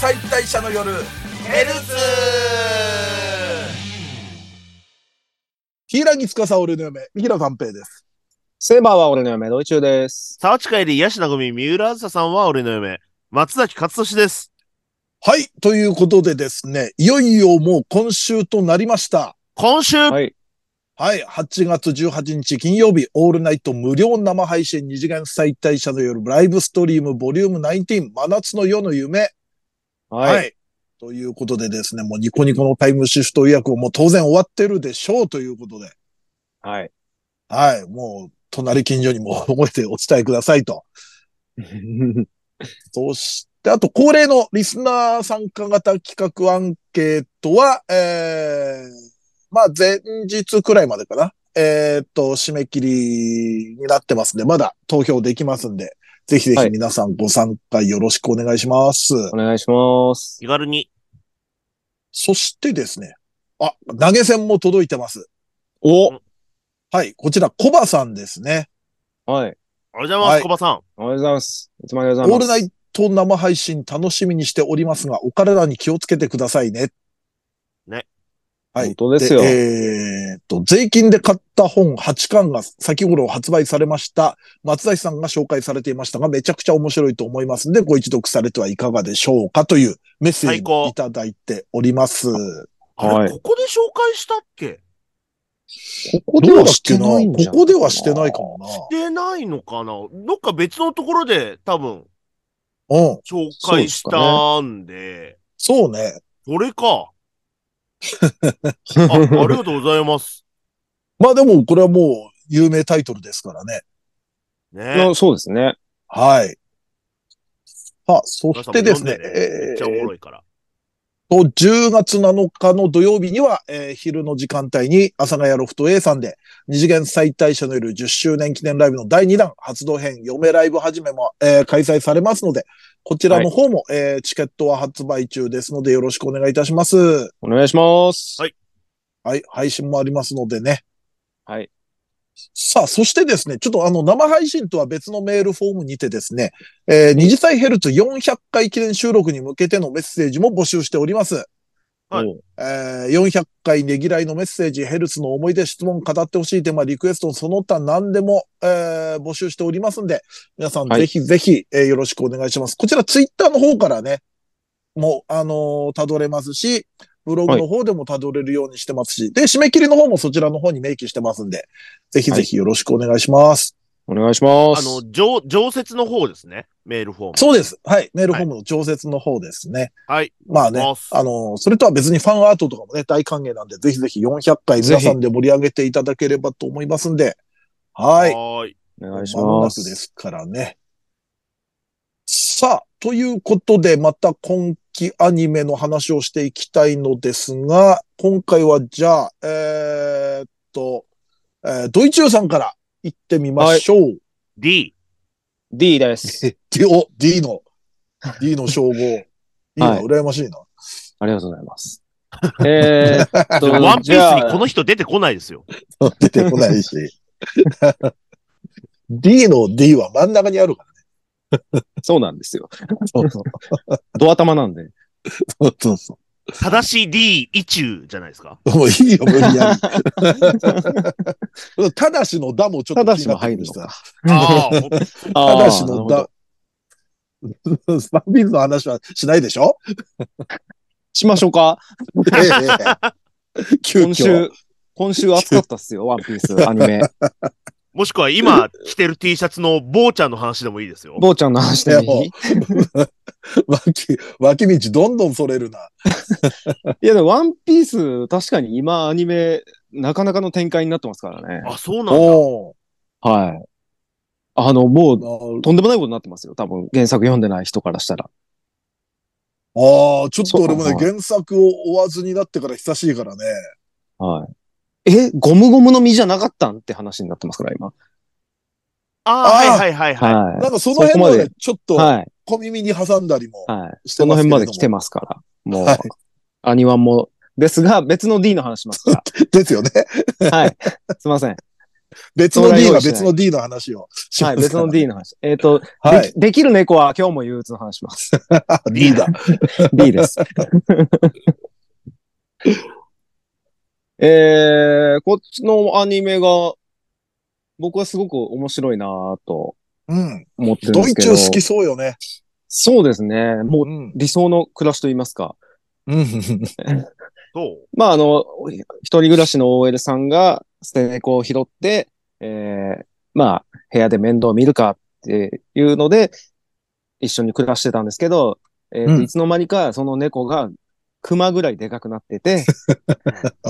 解体者の夜ヘルツ柊司は俺の嫁、三平三平です。セーバーは俺の嫁、ドイチューです。沢地帰り、ヤシナゴミ、三浦あずささんは俺の嫁。松崎勝利です。はい。ということでですね、いよいよもう今週となりました。今週、はい。はい。8月18日金曜日、オールナイト無料生配信二次元再退社の夜、ライブストリームボリューム19、真夏の夜の夢。はい。ということでですね、もうニコニコのタイムシフト予約をもう当然終わってるでしょうということで。はい。 はい。もう、隣近所にも覚えてお伝えくださいと。 そして、あと恒例のリスナー参加型企画アンケートは、えー、まあ前日くらいまでかな。えーっと、締め切りになってますんで、まだ投票できますんで、ぜひぜはひい皆さんご参加よろしくお願いします。お願いします。気軽に。そしてですね、あ、投げ銭も届いてます。おはい、こちら、コバさんですね。はい。おはようございます、はい小葉さん。おはようございます。いつもありがオとうーござルナいます。イト生配信楽しみにしておりますが、お体に気をつけてくださいね。ね。はい。本当ですよえーっと、税金で買った本8巻が先頃発売されました。松崎さんが紹介されていましたが、めちゃくちゃ面白いと思いますので、ご一読されてはいかがでしょうかというメッセージ最高をいただいております。あれ、はいここで紹介したっけここどうだっけなここではしてないか もな。してないのかなどっか別のところで多分うん。紹介したんで、そうね。そ,、れか。 あ、ありがとうございます。まあでも、これはもう有名タイトルですからね。うねん。そうですね。はい。さあ、そしてですね、皆さんも読んでめっちゃおもろいから。えーっと、10月7日の土曜日には、えー昼の時間帯に、阿佐ヶ谷ロフト A さんで、二次元再退社の夜10周年記念ライブの第2弾、発動編、嫁ライブ始めも、えー開催されますので、こちらの方も、えーチケットは発売中ですので、よろしくお願いいたします。お願いします。はいはい、配信もありますのでね。はい。さあ、そしてですね、ちょっとあの、生配信とは別のメールフォームにてですね、えー、二次祭ヘルツ400回記念収録に向けてのメッセージも募集しております。はいおうえー、400回ねぎらいのメッセージ、ヘルツの思い出、質問、語ってほしいテーマ、リクエスト、その他何でも、えー、募集しておりますんで、皆さんはいぜひぜひ、えーよろしくお願いします。こちらツイッターの方からね、もう、あのー、たどれますし、ブログの方でもたどれるようにしてますし、で、締め切りの方もそちらの方に明記してますんで、ぜひぜひよろしくお願いします。お願いしまあす。の、常、常設の方ですね。メールフォーム。そうです。はい。メールフォームの調節の方ですね。はい。まあね、ますあの、それとは別にファンアートとかもね、大歓迎なんで、ぜひぜひ400回ぜ皆ひさんで盛り上げていただければと思いますんで、はい。はーい。お願いし間もなま。くですすからね。さあ、ということで、また今期アニメの話をしていきたいのですが、今回はじゃあ、えーっと、えードイチューさんから行ってみましょう。 D。 D です。 D お、D の、D の 称号。いいな、羨ましいな。ありがとうござい ます。えーっでとも、ワンピじースゃにあこの人出てこないですよ。 出てこないし。D の D は真ん中にあるから。そうなんですよ。そうそうドア玉な んで。そうそうそ正しい D 一中じゃないですか。う。もういいよ、無理や り。ただしのだもちょたっとだ気しになもって入くるるしのさか。。ああ、ほんたあーだしなるのほどだ。スパンビーズの話はしないでしょしましょうか。ええええ急今遽。週、今週暑かったっすよ、ワンピース、アニ メ。もしくは今着てる T シャツの坊ちゃんの話でもいいですよ。坊ちゃんの話でもいい脇、脇道どんどんそれるな。いや、でもワンピース、確かに今アニメ、なかなかの展開になってますからね。あ、そうなんだ。おはい。あの、もう、ーとんでもないことになってますよ。多分、原作読んでない人からしたら。ああ、ちょっと俺もねそ、う原作を追わずになってから久しいからね。はい。え、ゴムゴムの実じゃなかったんって話になってますから、今。ああーあー、はいはいはいははなんかその辺まそこまででちょっい。とはい。小耳に挟んだりもはい。してそのますけれども。辺まで来てますから。もうはい、アニワンも、ですが、別の D の話しますか ですよね。ら。はい。すいません。別の D が別の D の話をしまはすい、別の D の話。えっ、と、から。はでい。きできる猫は今日も憂鬱の話します。あ D だ。 B です。 えー、こっちのアニメが、僕はすごく面白いなぁとうん。思ってるんドでイすけツど。好きそうよね。そうですね。もううん。理想の暮らしと言いますか。うん。そう。まあ、あの、一人暮らしの OL さんが捨て猫を拾って、えーまあ、部屋で面倒を見るかっていうので、一緒に暮らしてたんですけど、えーとうんいつの間にかその猫が熊ぐらいでかくなってて、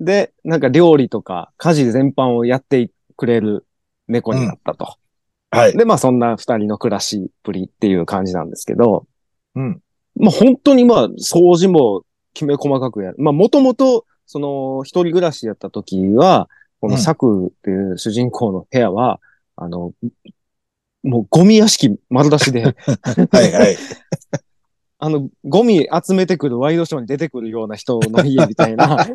うんで、なんか料理とか家事全般をやってくれる猫になったと。 はい。で、まあそんな二人の暮らしっぷりっていう感じなんですけど、うん。まあ本当にまあ掃除もきめ細かくやる。まあもともと、その一人暮らしやった時は、このサクっていう主人公の部屋は、あの、もうゴミ屋敷丸出し で、はいはい。あの、ゴミ集めてくるワイドショーに出てくるような人の家みた いな、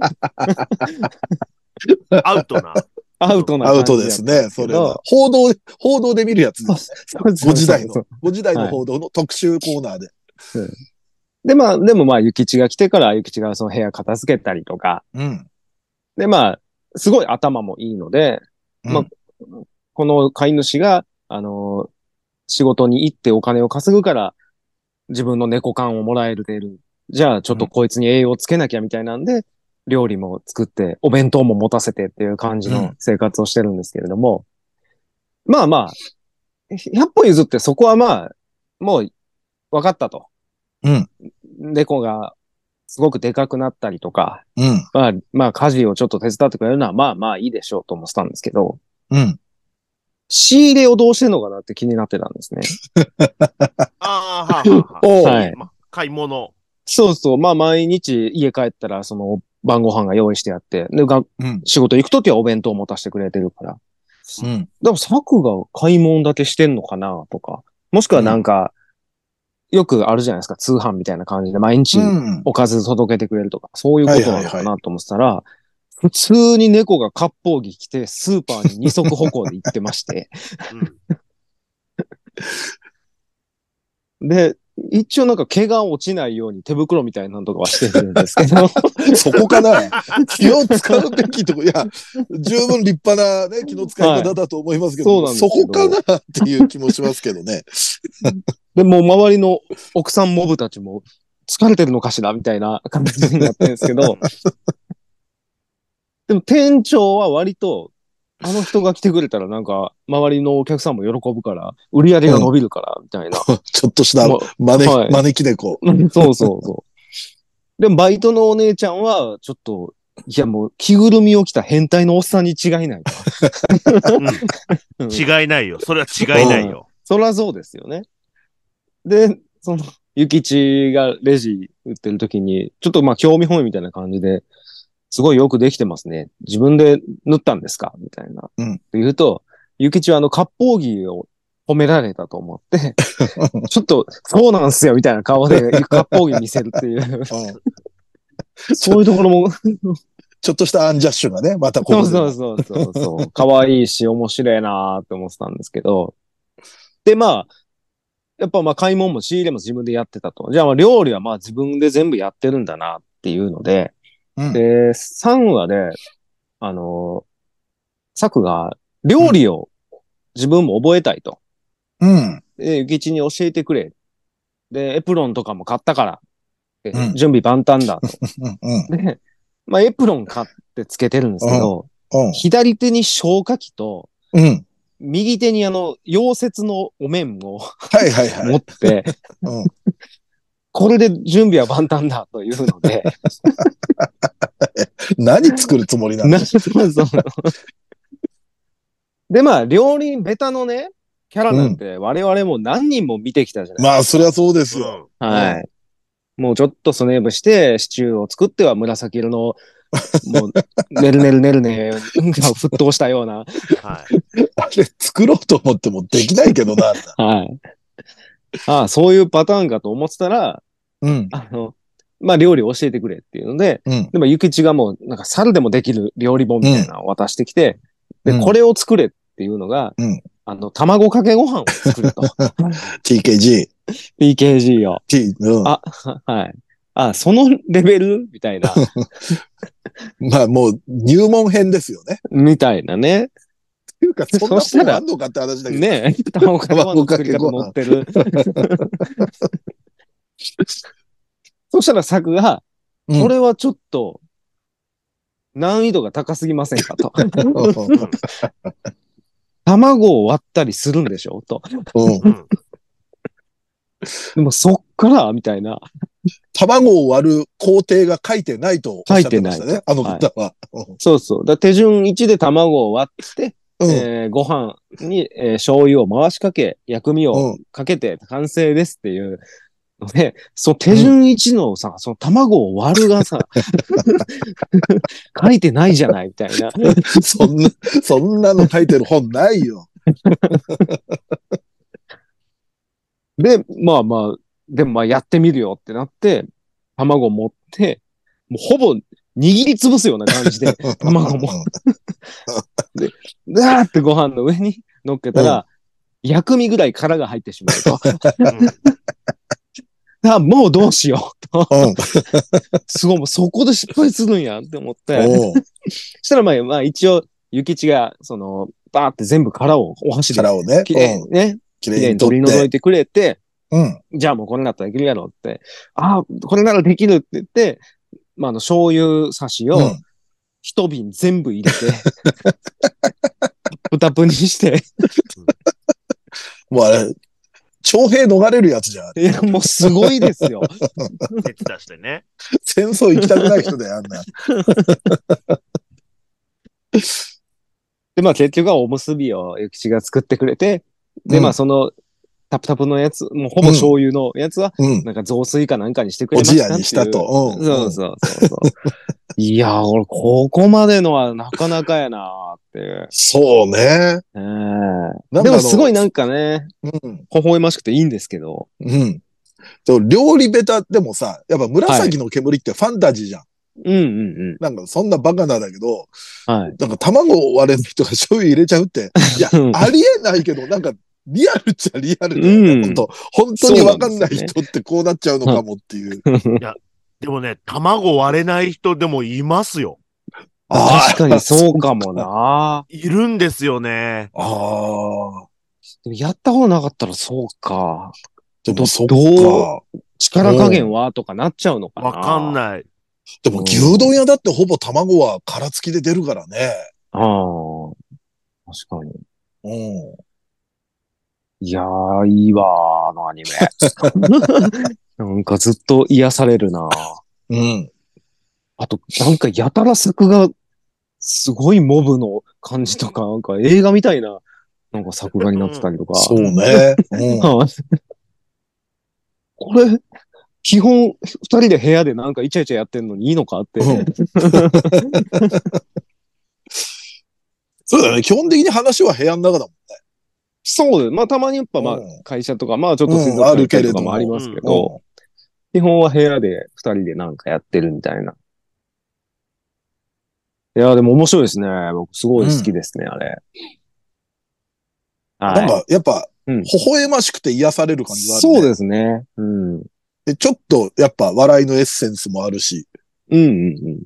アウトな。アウトなア感じウトですやったね。んけそれどは。。報道、報道で見るやつです。そうそうご時代そうの、ご時代はのい報道の特集コーナーで。で、まあ、でもまあ、ゆきちが来てから、ゆきちがその部屋片付けたりとか、うん。で、まあ、すごい頭もいいので、うんまあ、この飼い主が、あのー仕事に行ってお金を稼ぐから、自分の猫缶をもらえるでる。じゃあ、ちょっとこいつに栄養つけなきゃみたいなんで、料理も作って、お弁当も持たせてっていう感じうのん生活をしてるんですけれども、まあまあ、100歩譲ってそこはまあ、もう、分かったと。うん。猫がすごくでかくなったりとか、うん。まあ、まあ家事をちょっと手伝ってくれるのはまあまあいいでしょうと思ってたんですけど、うん。仕入れをどうしてんのかなって気になってたんですね。ああ、はあ、はあはあ。おうはいま買い物。そうそう。まあ毎日家帰ったらその晩ご飯が用意してあって、で、がうん。仕事行くときはお弁当を持たせてくれてるから。うん。でも策が買い物だけしてんのかなとか、もしくはなんか、よくあるじゃないですか、通販みたいな感じで毎日うん。おかず届けてくれるとか、そういうことなはのかいはいはなと思ってたら、普通に猫が割烹着着て、スーパーに二足歩行で行ってまして、うん。で、一応なんか毛が落ちないように手袋みたいなのとかはしてるんですけど、そこかな気を使うべきとこ、いや、十分立派なね、気の使い方だと思いますけど、はいそそうなんですけこかどなっていう気もしますけどね。で、もう周りの奥さんモブたちも疲れてるのかしらみたいな感じになってるんですけ ど、でも店長は割と、あの人が来てくれたらなんか、周りのお客さんも喜ぶから、売り上げが伸びるから、みたいな。ちょっとしたもう招き、はい招き猫。そうそうそう。でも、バイトのお姉ちゃんは、ちょっと、いやもう、着ぐるみを着た変態のおっさんに違いないと。うん違いないよ。それは違いないよ。そらそうですよね。で、その、ゆきちがレジ売ってる時に、ちょっとまあ、興味本位みたいな感じで、すごいよくできてますね。自分で塗ったんですかみたいな。うんって言うと、ゆきちはあの、割烹着を褒められたと思 って、ちょっと、そうなんすよ、みたいな顔 で、割烹着見せるっていう、うんそういうところもちょっとしたアンジャッシュがね、またこそこうでそうそうそうそう。可愛いし、面白いなーって思ってたんですけど。で、まあ、やっぱまあ買い物も仕入れも自分でやってたと。じゃあまあ料理はまあ自分で全部やってるんだなっていうので、うんで、3話で、あのー、サクが料理を自分も覚えたいと。うん。で、ゆきちに教えてくれ。で、エプロンとかも買ったから。でうん準備万 端だ。うん。うん。で、まあエプロン買ってつけてるんですけど、うん左手に消火器と、うん。右手にあの、溶接のお面をはいはいは持い。って、うんこれで準備は万端だという ので、何作るつもりなのなそうそうで、まあ、料理ベタのね、キャラなんて我々も何人も見てきたじゃないまあ、そりゃそうですうよ。ん。はい。もうちょっとスネーブして、シチューを作っては 紫色の、もう、ねるねるねるね、沸騰したような、はい。あれ、作ろうと思ってもできないけどな。はい。ああ、そういうパターンかと思ってたら、うん。あの、まあ、料理を教えてくれっていうので、うん。でも、ゆきちがもう、なんか、猿でもできる料理本みたいなのを渡してきて、で、うんこれを作れっていうのが、うんあの、卵かけご飯を作 れと。 TKG。 PKG を。 T、うん。あ、はい。あ、そのレベルみたい な、まあもう入門編ですよね。みたいなね。っていうか、そんな そした本らあんのかって話だけど。ねえ、卵かけご飯の作り方卵載かってる。 そしたら作が、うんこれはちょっと、難易度が高すぎませんかと。卵を割ったりするんでしょと。うんうん。でもそっから、みたいな。卵を割る工程が書いてないとおっしゃってましたね。あの方は。そうそう。だ手順1で卵を割って、うんえーご飯に、えー醤油を回しかけ、薬味をかけて完成ですっていうので、その手順1のさ、その卵を割るがさ、 書いてないじゃないみたいな。そんな、そんなの書いてる本ないよ。で、まあまあ、でもまあやってみるよってなって、卵持って、もうほぼ握りつぶすような感 じで、卵もガーってご飯の上に乗っけたら、薬味ぐらい殻が入ってしまうと。あ、もうどうしよ うと。うん。うん。すごい、もうそこで失敗するんやって思って。おうそしたらまあ、まあ一応、ゆきちが、その、バーって全部殻をお箸で、力をね。きれいうんにね、ききれれいいにに取取っり除てい。てくれて、うん。じゃあもうこれなったらできるやろって。ああ、これならできるって言って、まあ、あの、醤油差しうをん一瓶全部 入れて、豚プにして、もうあれ、徴兵逃れるやつじゃん。いや、もうすごいですよ。熱出してね。戦争行きたくない人だよ、あんな。で、まあ結局はおむすびをゆきちが作ってくれて、で、うんまあその、タプタプのやつ、もうほぼ醤油のやつは、うん。なんか雑炊かなんかにしてくれおましじやたっていうにした。と。うん。そうそうそう そう。いやー、俺、ここまでのはなかなかやなーっていう。そうね。ええなんかあでものすごいなんかね、うん。微笑ましくていいんですけど。うん。でも料理ベタでもさ、やっぱ紫の煙ってファンタジーじゃん。うんうんなんかそんなバカなんだけど、うん。はい。なんか卵割れない人が醤油入れちゃうって、いや、ありえないけど、なんかリアルっちゃリアルだよね、うん本当本当にわかんない人ってこうなっちゃうのかもっていう。でもね、卵割れない人でもいますよ。あ確かにそうかもな。いるんですよね。ああ。でもやったことなかったらそうか。でもそっか。ど力加減はとかなっちゃうのかな。わかんい。ない。でも牛丼屋だってほぼ卵は殻付きで出るからね。ああ。確かに。うん。いやー、いいわー、あのア ニメ。なんかずっと癒されるなうん。あと、なんかやたら作が、すごいモブの感じとか、なんか映画みたいな、なんか作画になってたりとか。そう ね。うん。はいこれ、基本、二人で部屋でなんかイチャイチャやってんのにいいのかって。うん そうだね。基本的に話は部屋の中だもん。そうです。まあ、たまにやっぱ、まあうん、会社とか、まあ、ちょっとうん水族館とかもああるりけれどもますけど、基本は部屋で二人でなんかやってるみたいな。いや、でも面白いですね。僕、すごい好きですね、あれ。なんはい。か、やっぱ、うん微笑ましくて癒される感じがある、ね。そうですね。うん。うんでちょっと、やっぱ、笑いのエッセンスもあるし。うん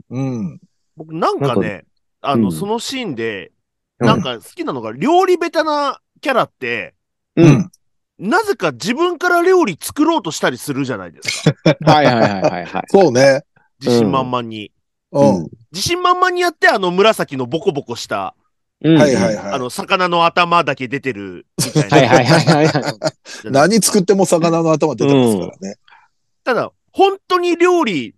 ううん。ん。僕なんかなね、あの、うんそのシーンで、うんなんか好きなのが、料理ベタなキャラって、う。うんんなぜか自分から料理作ろうとしたりするじゃない ですか。 はいはいはいはいはい。そうね。自信満々に。うん。自信満々にやって、あの紫のボコボコした、うんはいはいはい。あの、魚の頭だけ出てるみたいな。はいはいはいはいはい。 じゃないで何すか作っても魚の頭出てますからね。ただ、本当に料理、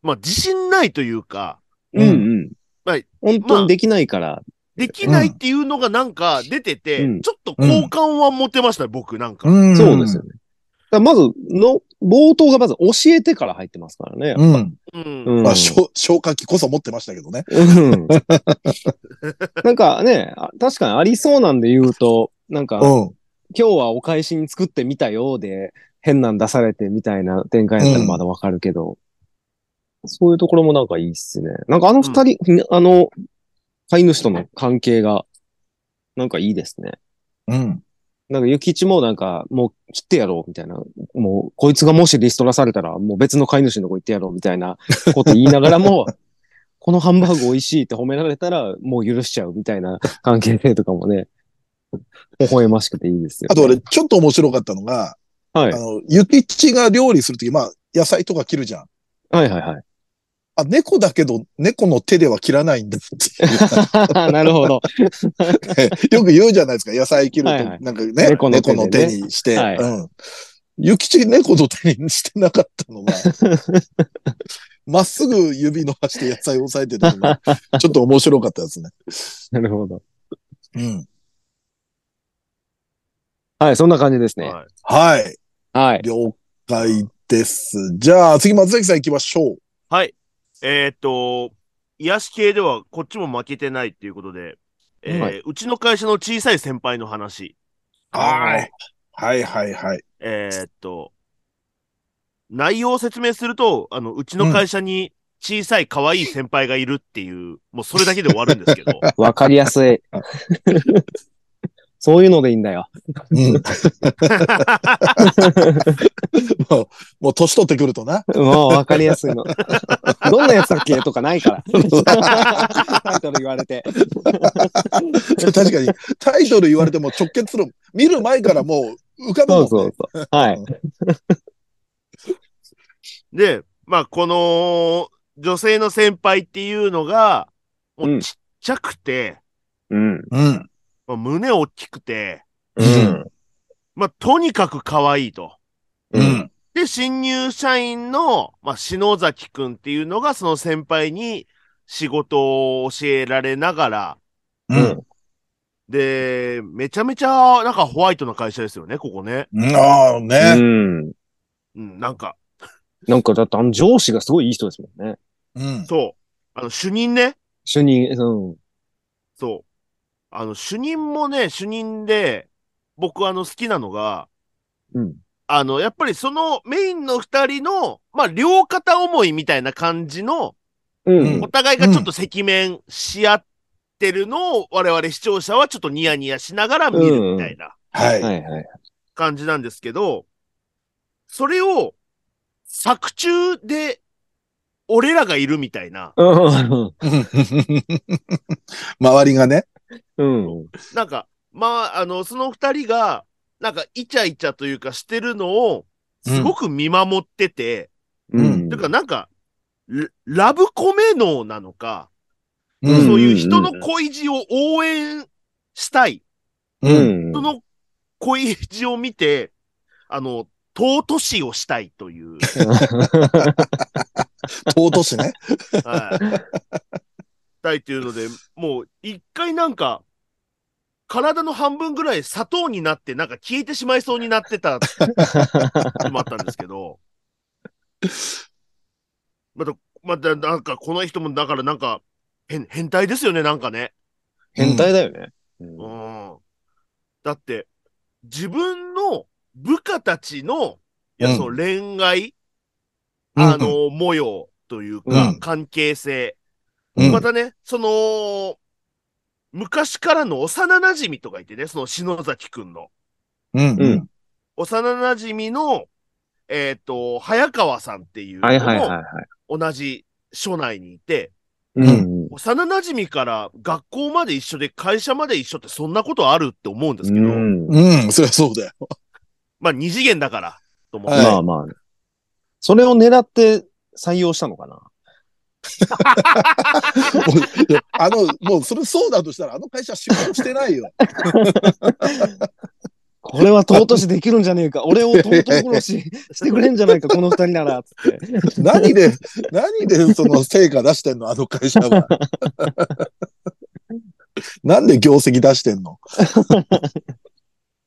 まあ自信ないというか、うんうん。はい本当にできないから。できないっていうのがなんか出てて、うんちょっと好感は持てましたね、僕なんか。んそうですよね。だからまずの、冒頭がまず教えてから入ってますからね。うん。うんうんまあ、消消化器こそ持ってましたけどね。うんなんかね、あ確かにありそうなんで言うと、なんか、うん。今日はお返しに作ってみたようで、変なん出されてみたいな展開やったらまだわかるけど、そういうところもなんかいいっすね。なんかあの二人、あの、飼い主との関係が、なんかいいですね。うん。なんか、ゆきちもなんか、もう切ってやろう、みたいな。もう、こいつがもしリストラされたら、もう別の飼い主のとこ行ってやろう、みた いなこと言いながらも、このハンバーグ美味しいって褒められたら、もう許しちゃう、みたいな関係性とかもね、微笑ましくていいですよ、あと俺、、ちょっと面白かったのが、はいあ。の、ゆきちが料理するとき、まあ、野菜とか切るじゃん。はいはいはい。あ、猫だけど、猫の手では切らないんだって いう。 なるほど。よく言うじゃないですか。野菜切ると、はいはいなんかね、猫猫のの手でね手にして。はいうん。ゆきち猫の手にしてなかったのが、 まっすぐ指伸ばして野菜を押さえてたのが、ちょっと面白かったですね。なるほど。うん。はい、そんな感じですね。はいはい。はい。了解です。じゃあ、次、松崎さん行きましょう。はい。えーっと、癒し系ではこっちも負けてないっていうことで、えーはうちの会社の小さい先輩の話。はい。はいはいはい。えーっと、内容を説明すると、あの、うちの会社に小さい可愛い先輩がいるっていう、もうそれだけで終わるんですけど、 わかりやす い。そういうのでいいんだよ。うん。 もう、もう年取ってくるとな。もうわかりやすいの。 どんなやつだっけとかない から。タイトル言われて。 確かに、タイトル言われても直結する。見る前からもう浮かぶもんそねうそうそう。はい。で、まあ、この女性の先輩っていうのが、もうちっちゃくて、うん。うん。まあ胸大きくて、うん。まあ、とにかく可愛いと。う。ん。で、新入社員の、まあ、篠崎くんっていうのが、その先輩に仕事を教えられながら、ううんん。で、めちゃめちゃ、なんかホワイトな会社ですよね、ここね。うん。ああ、うね。ん。うん、なんか、なんかだってあの上司がすごいいい人ですもんね。うん。そう。あの、主任ね。主任、うん。そう。あの、主任もね、主任で、僕あの、好きなのが、うん。あの、やっぱりそのメインの二人の、まあ、両片思いみたいな感じの、うんお。互いがちょっと赤面し合ってるのを、我々視聴者はちょっとニヤニヤしながら見るみたいなは。はいいはい。感じなんですけど、それを作中で俺らがいるみたいな、うん 周りがね。うん。なんか、まあ、あの、その二人が、なんかイチャイチャというかしてるのを、すごく見守ってて、うん。というかなんか、ララブコメ能なのか、ううんそん。ういう人の恋路を応援したい。う。うんん。人 の恋路を見て、あの、尊しをしたいという。尊しね。はい。したいっていうので、もう一回なんか、体の半分ぐらい砂糖になって、なんか消えてしまいそうになってた時もあったんですけど、 また、また、なんかこの人も、だからなんか、変、変態ですよね、なんかね。変態だよね。うんうん。だって、自分の部下たちの、いや、うんその恋愛、うんあの、模様というか、うん関係性。うんまたね、その、昔からの幼馴染とかいてね、その篠崎くんの。うん。うん。幼馴染の、えっ、と、早川さんっていうはいはいはいのもは同じ署内にいて、い。うん。幼馴染から学校まで一緒で会社まで一緒ってそんなことあるって思うんですけど、うんうん。そりゃそうだよ。 まあ、二次元だから、と思って。はいまあまあ、それを狙って採用したのかな。もういやあの、もうそれそうだとしたら、あの会社仕事してないよ。 これは尊しできるんじゃねえか。俺を尊殺 ししてくれんじゃないか、この二人なら。つって。何で、何でその成果出してんのあの会社 は。なんで業績出してんの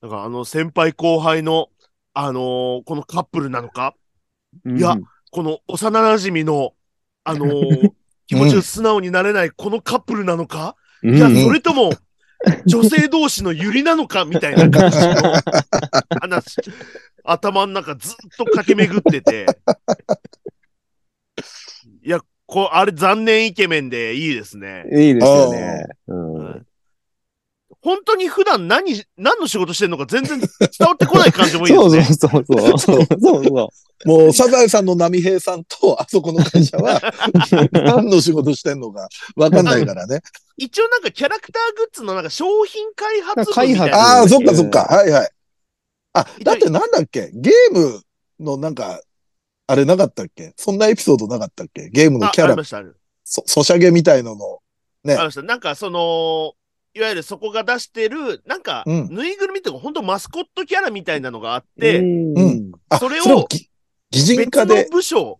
だから、あの、先輩後輩の、あのーこのカップルなのか、いやうん、この幼馴染の、あ のー気持ちを素直になれないこのカップルなのか、いや、うんそれとも、女性同士のユリなのかみたいな感じの話、 頭の中ずっと駆け巡ってて。いや、こう、あれ残念イケメンでいいですね。いいですよね。う。うんん本当に普段何し、何の仕事してるのか全然伝わってこない感じもいいでそすうそうね。そうそう。そうそうそもう、サザエさんの波平さんと、あそこの会社 は、何の仕事してんのか、わかんないから ね。一応なんかキャラクターグッズのなんか商品開発部みたい開発な。ああ、そっかそっか。はいはい。あ、だってなんだっけゲームのなんか、あれなかったっけそんなエピソードなかったっけゲームのあキャありラ、ました、ありましそ、ソシャゲみたいのの。たありました。なんかその、いわゆるそこが出してる、なんか、うんぬいぐるみっていうか、本当マスコットキャラみたいなのがあっう。て、うんうんあ、それをぎ擬人別化ので、部署、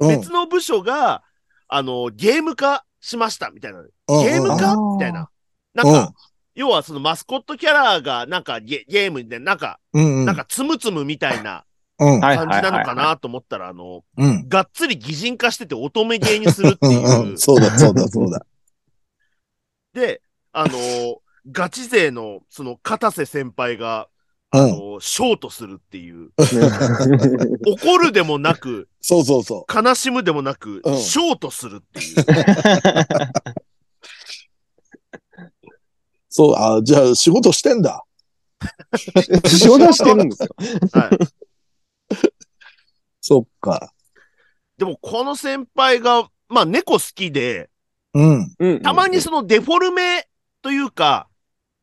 うん別の部署が、あの、ゲーム化しました、みたいな。ゲームあ化ーみたいな。なんうんか、要はそのマスコットキャラが、なんかゲゲームで、なんか、うんうん。なんか、つむつむみたいなうん、はいは感いじなはのいか はなと思ったら、あの、うん。がっつり擬人化してて乙女芸にするってういんう。。うんそうだ、そうだ、そうだ。で、あのーガチ勢の、その、片瀬先輩が、うあのん。ーショートするっていい。う、怒るでもなく、そうそうそ悲しむでもなく、うんショートするっていう。う。そう、あ、じゃあ仕事してんだ。仕事はしてるんですよ。はい。そっか。でも、この先輩が、まあ、猫好きで、うん。うんたまにそのデフォルメというか、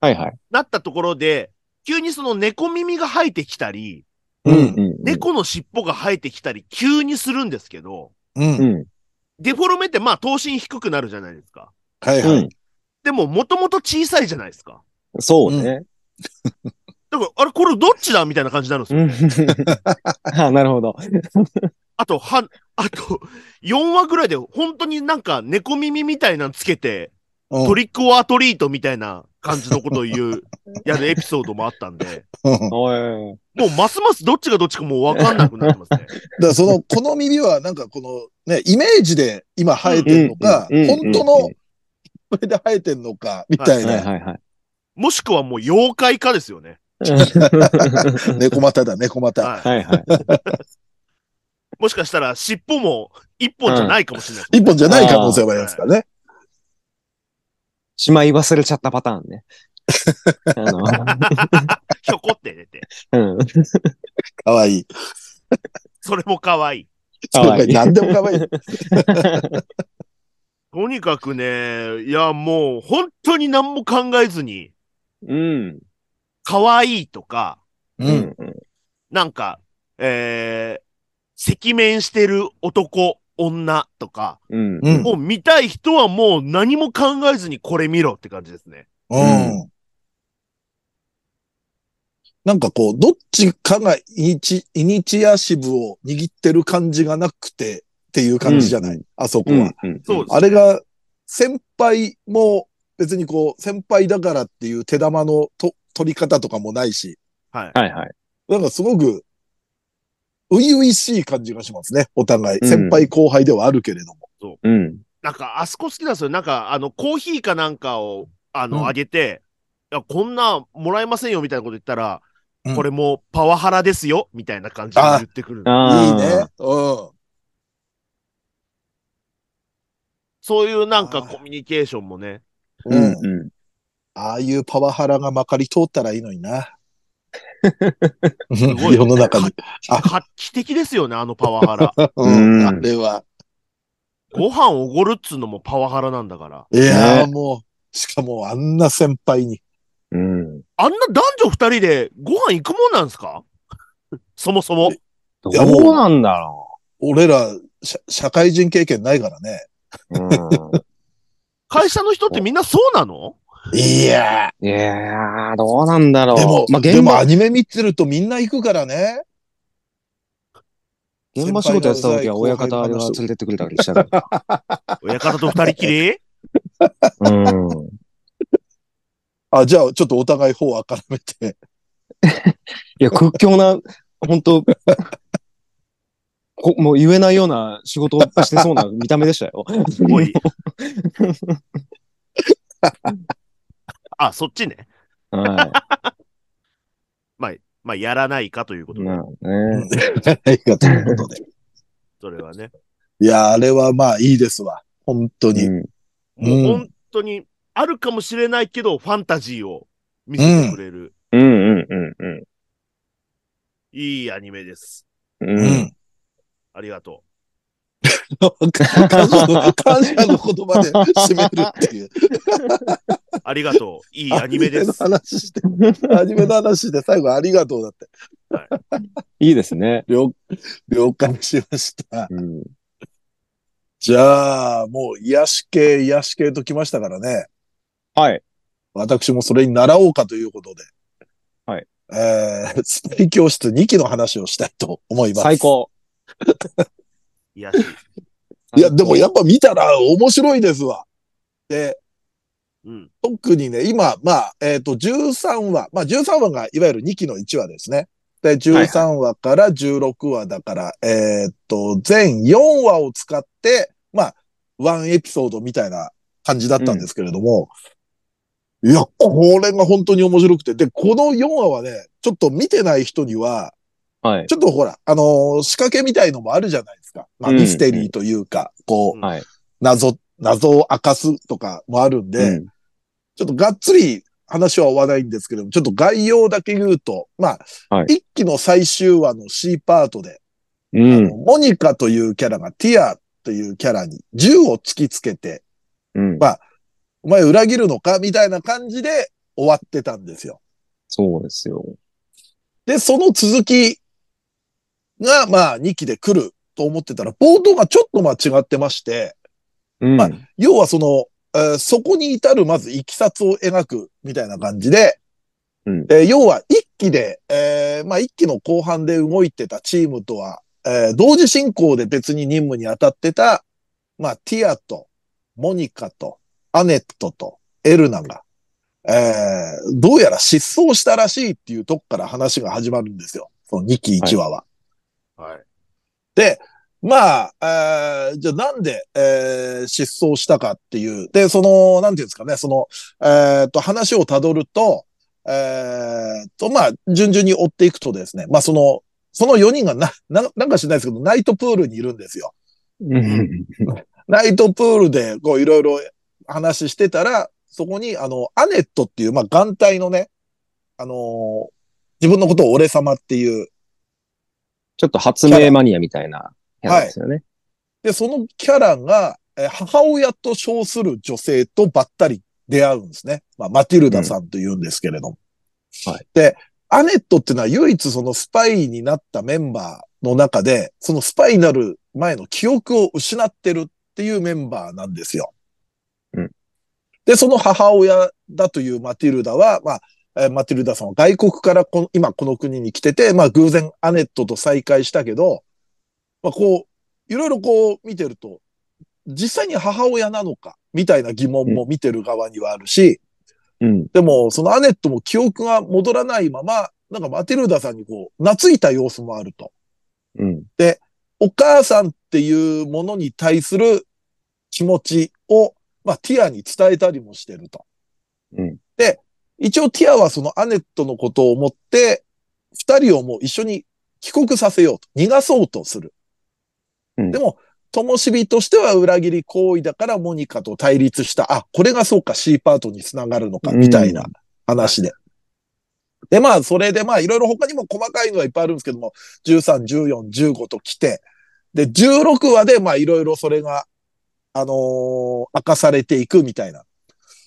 はいはい。なったところで、急にその猫耳が生えてきたり、うん。うん。猫の尻尾が生えてきたり、急にするんですけど、う。うんん。デフォルメってまあ、頭身低くなるじゃないですか。はいはうい。ん。でも、もともと小さいじゃないですか。そうね。だから、あれ、これどっちだみたいな感じになるんですうよ。ん あなるほど。あと、は、あと、4話ぐらいで、本当になんか、猫耳みたいなのつけて、うんトリックオアトリートみたいな感じのことを言 う、やるエピソードもあったんで、うんおい。もう、ますますどっちがどっちかもうわかんなくなってますね。だからその、この耳はなんかこの、ね、イメージで今生えてんのか、うんうんうん本当の、これで生えてんのか、みたいはいな。はいはい。もしくはもう、妖怪化ですよね。猫股だ、猫股。は はいはい。い。もしかしたら、尻尾も、一本じゃないかもしれない。一本じゃない可能性もありますからね。しまい忘れちゃったパターンね。 あひょこって出て。の、うん。かわいい。それも可愛い。かわいいそうか 何でもかわいい。とにかくね、いや、もう、本当に何も考えずに、うん。可愛いとか、う。うんん。なんか、えー、赤面してる男、女とか、うん。うん。うん。を見たい人はもう何も考えずにこれ見ろって感じですね。なんかこう、どっちかがイニチ、イニチアシブを握ってる感じがなくてっていう感じじゃない、うあそこうは。ん。うんそうです、あれ、が、先輩も別にこう、先輩だからっていう手玉のと取り方とかもないし、はい。はいはい。なんかすごく、初々しい感じがしますね、お互い。うん先輩後輩ではあるけれども。うん。なんか、あそこ好きなんですよ。なんか、あの、コーヒーかなんかを、あうんの、あげて、いや、こんなもらえませんよみたいなこと言ったら、うんこれもパワハラですよみたいな感じで言ってくる。いいああ。ね。うん。そういうなんかあーコミュニケーションもね。うん。うん。うん。ああいうパワハラがまかり通ったらいいのにな。ごい世の中に。あ画期的ですよね、あのパワハ ラ。うん。うんあれは。ご飯おごるっつうのもパワハラなんだから。いやーもう、しかもあんな先輩に。うん。あんな男女二人でご飯行くもんなんですか そもそも。どいやもううなんだろ俺ら、社社会人経験ないからね。う。う会社の人ってみんなそうなのいやー。ん。いやー、どうなんだろう。でも、まあ、で現も場ア、ニメ見てるとみんな行くからね。現場仕事やってた時は親方が連れてってくれたりしたから。親方と二人き り うん。あ、じゃあちょっとお互い方をからめて。いや、屈強な、本当こもう言えないような仕事をしてそう な見た目でしたよ。おい。 あ、そっちね。はまあ、やらないかという こい。とで、まあうね。んいいかということで。それはね。いや、あれはまあいいですわ。本当に。うんもううん本当に、あるかもしれないけど、ファンタジーを見せてくれる、うんうんうんいいアニメです。うん。ううん。ん。ありがと感謝の、感謝の言葉で締めるっていう。う。ありがとう。いいアニメです。アニメの話して、アニメの話で最後ありがとうだって。 いいですね。了了解しました。うん。じゃあ、もう癒し系、癒し系ときましたからね。はい。私もそれに習おうかということで。はい。えー、スパイ教室2期の話をしたいと思います。最。高。いやしい。いや、でもやっぱ見たら面白いですわ。で、うん。特にね、今、まあ、えっ、と、13話。まあ、13話がいわゆる2期の1話ですね。で、13話から16話だから、えっ、と、全4話を使って、まあ、ワンエピソードみたいな感じだったんですけれども、いや、これが本当に面白くて。で、この4話はね、ちょっと見てない人には、はい。ちょっとほら、あのー仕掛けみたいのもあるじゃないですか。まあ、うんミステリーというか、こう、はい。謎、謎を明かすとかもあるんで、うんちょっとがっつり話は追わないんですけれども、ちょっと概要だけ言うと、まあ、はい一期の最終話の C パートで、あうんの。モニカというキャラがティアというキャラに銃を突きつけて、うんま。お前裏切るのかみたいな感じで終わってたんですよ。そうですよ。で、その続きが、まあ、2期で来ると思ってたら、冒頭がちょっとまあ違ってまして、うん。まあ要はその、えーそこに至るまずいきさつを描くみたいな感じで、うんえー要は一期で、えーまあ一期の後半で動いてたチームとは、えー同時進行で別に任務に当たってた、まあティアと、モニカと、アネットと、エルナが、えーどうやら失踪したらしいっていうとこから話が始まるんですよ。その2期1話は。はい。で、まあ、えーじゃあなんで、えー失踪したかっていう。で、その、なんていうんですかね、その、えーっと、話をたどると、えーっと、まあ、順々に追っていくとですね、まあ、その、その4人がな、な、なんか知らないですけど、ナイトプールにいるんですよ。うんナイトプールで、こう、いろいろ話してたら、そこに、あの、アネットっていう、まあ、眼帯のね、あのー自分のことを俺様っていう、ちょっと発明マニアみたいなキャラですよね。で、そのキャラが、えー母親と称する女性とばったり出会うんですね。まあ、マティルダさんと言うんですけれども。うんはいで、アネットっていうのは唯一そのスパイになったメンバーの中で、そのスパイになる前の記憶を失ってるっていうメンバーなんですよ。うんで、その母親だというマティルダは、まあ、えーマティルダさんは外国からこの今この国に来てて、まあ偶然アネットと再会したけど、まあこう、いろいろこう見てると、実際に母親なのか、みたいな疑問も見てる側にはあるし、うん。でも、そのアネットも記憶が戻らないまま、なんかマティルダさんにこう、懐いた様子もあると。うん。お母さんっていうものに対する気持ちを、まあ、ティアに伝えたりもしてると。うんで、一応ティアはそのアネットのことを思って、二人をもう一緒に帰国させようと。逃がそうとする。うんでも、灯火としては裏切り行為だからモニカと対立した。あ、これがそうか C パートにつながるのか、みたいな話で。で、まあ、それでまあ、いろいろ他にも細かいのはいっぱいあるんですけども、13、14、15と来て、で、16話で、まあ、いろいろそれが、あのー明かされていくみたいな。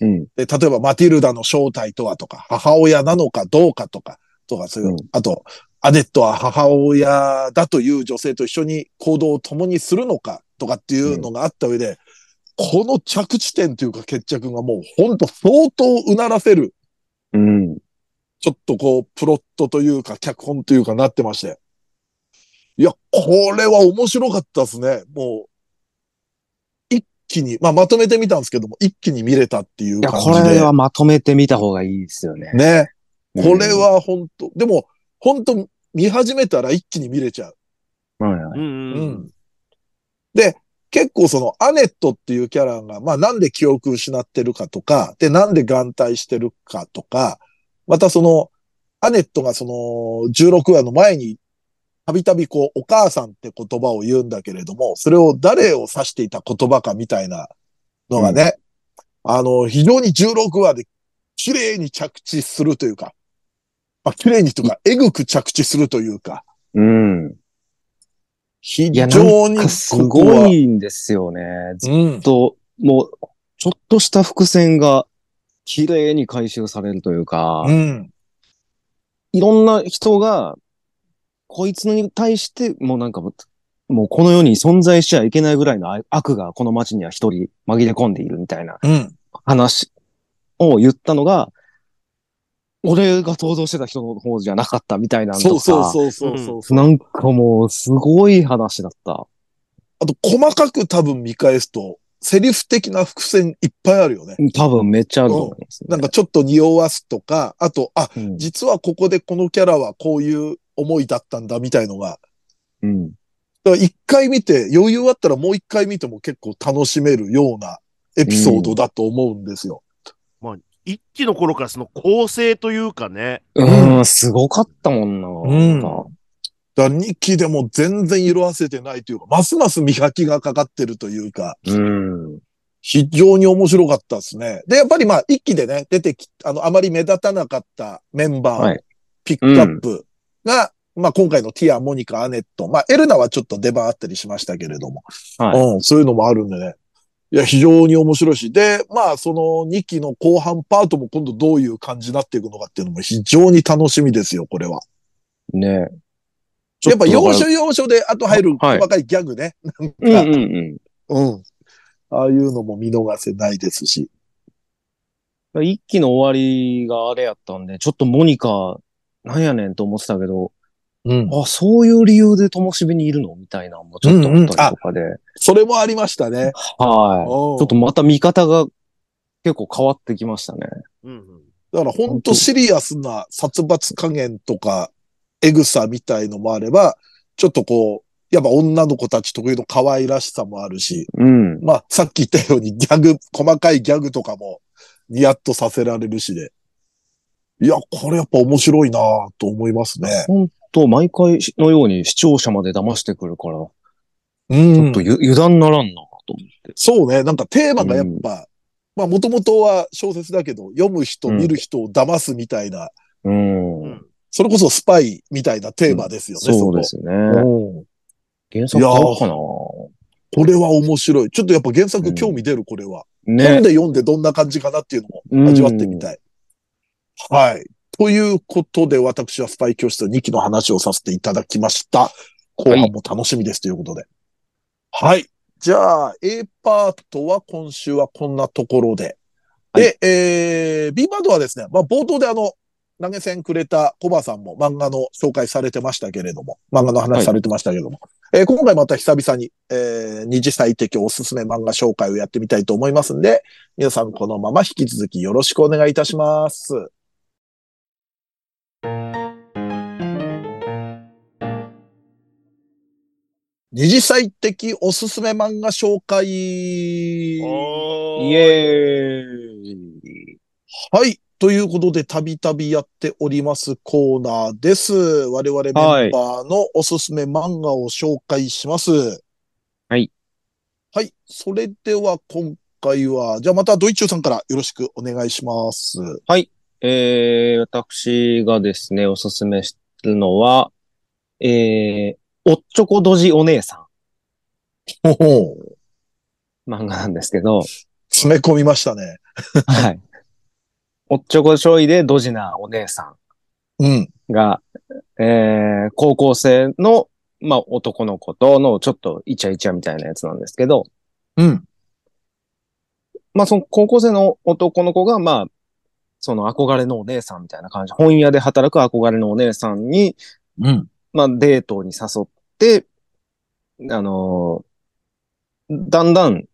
うん。で、例えば、マティルダの正体とはとか、母親なのかどうかとか、とか、そういう、うんあと、アネットは母親だという女性と一緒に行動を共にするのか、とかっていうのがあった上で、この着地点というか決着がもう、ほんと相当うならせる、うん。ちょっとこう、プロットというか、脚本というかなってまして。いや、これは面白かったですね。もう、一気に、まあ、まとめてみたんですけども、一気に見れたっていういや、感じこで。れはまとめてみた方がいいですよね。ね。うんこれは本当、でも、本当見始めたら一気に見れちゃう。はいはうんうんうん。で、結構そのアネットっていうキャラが、まあなんで記憶失ってるかとか、で、なんで眼帯してるかとか、またその、アネットがその16話の前にたびたびこう、お母さんって言葉を言うんだけれども、それを誰を指していた言葉かみたいなのがね、あの、非常に16話で綺麗に着地するというか、まあ、綺麗にというか、えぐく着地するというか、うん。非いや、常なんにかすごいんですよね。こずっこはうん。と、もう、ちょっとした伏線が、綺麗に回収されるというか、うん。いろんな人が、こいつに対して、もうなんかもう、もうこの世に存在しちゃいけないぐらいの悪がこの街には一人紛れ込んでいるみたいなうん。話を言ったのが、俺が想像してた人の方じゃなかったみたいなのとそか。うそうそうそうそう。なんかもう、すごい話だった。あと、細かく多分見返すと、セリフ的な伏線いっぱいあるよね。多分めっちゃあると思います、ね。なんかちょっと匂わすとか、あと、あ、うん、実はここでこのキャラはこういう思いだったんだみたいのが、うん。だから一回見て、余裕あったらもう一回見ても結構楽しめるようなエピソードだと思うんですよ。一期の頃からその構成というかね、うん、すごかったもんな。うんなんかだから2期でも全然色あせてないというか、ますます磨きがかかってるというか、うん。非常に面白かったですね。で、やっぱりまあ一期でね、出てき、あの、あまり目立たなかったメンバーをはいピックアップが、まあ今回のティア、モニカ、アネット、まあエルナはちょっと出番あったりしましたけれども、はいうん、そういうのもあるんでね。いや、非常に面白いし、で、まあその2期の後半パートも今度どういう感じになっていくのかっていうのも非常に楽しみですよ、これは。ねえやっぱ要所要所であと入るはい細かいギャグね。うんうんうんうん。ああいうのも見逃せないですし。一期の終わりがあれやったんで、ちょっとモニカ、なんやねんと思ってたけど、うん。あ、そういう理由で灯火にいるのみたいなのもちょっと思ったりとかで。それもありましたね。はい。ょちょっとまた見方が結構変わってきましたね。うんうんだから本当シリアスな殺伐加減とか、エグさみたいのもあれば、ちょっとこう、やっぱ女の子たち特有の可愛らしさもあるし、うん。まあさっき言ったようにギャグ、細かいギャグとかもニヤッとさせられるしで。いや、これやっぱ面白いなぁと思いますね。本当毎回のように視聴者まで騙してくるから、うちょんっとゆ油断ならんなと思って。そうね。なんかテーマがやっぱ、まあもともとは小説だけど、読む人、うん見る人を騙すみたいな、うん。うんそれこそスパイみたいなテーマですよね、そうこですね。うん原作買おうかこれは面白い。ちょっとやっぱ原作興味出る、これは。な。読んね。で読んでどんな感じかなっていうのも味わってみたい。はい。ということで、私はスパイ教室2期の話をさせていただきました。後半も楽しみですということで。はい。じゃあ、A パートは今週はこんなところで。で、えー、B パートはですね、まあ冒頭であの、投げ銭くれたコバさんも漫画の紹介されてましたけれども、漫画の話されてましたけれども、えー今回また久々に、えー、二次最適おすすめ漫画紹介をやってみたいと思いますんで、皆さんこのまま引き続きよろしくお願いいたします。二次最適おすすめ漫画紹介。おーイエーイ。はい。ということで、たびたびやっておりますコーナーです。我々メンバーのおすすめ漫画を紹介します。はい。はい。それでは今回は、じゃあまたドイッチューさんからよろしくお願いします。えー、私がですね、おすすめするのは、えー、おっちょこどじお姉さほほう。ん漫画なんです けど、詰め込みましたね。はい。おっちょこちょいでドジなお姉さうん。んが、えー、高校生の、まあ、男の子とのちょっとイチャイチャみたいなやつなんですけど、うん。まあ、その高校生の男の子が、まあ、その憧れのお姉さんみたいな感じ、本屋で働く憧れのお姉さんに、うん。まあ、デートに誘って、あのーだんだん、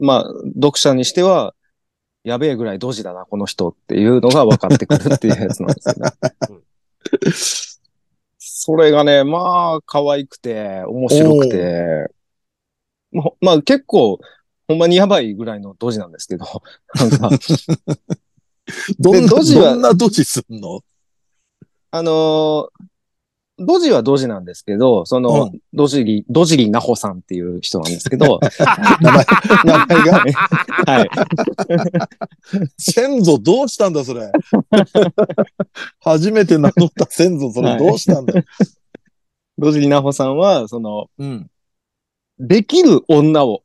まあ、読者にしては、やべえぐらいドジだな、この人っていうのが分かってくるっていうやつなんですよねうん。それがね、まあ、可愛くて、面白くて、まあ、まあ結構、ほんまにやばいぐらいのドジなんですけど、なんか、どんな、ドジはどんなドジすんのあのードジはドジなんですけど、その、うドジリ、ドジリナホさんっていう人なんです けど、名前、名前 が。はい。先祖どうしたんだ、 それ。初めて名乗った先祖、それどうしたんだ。ドジリナホさんは、その、うん。できる女を、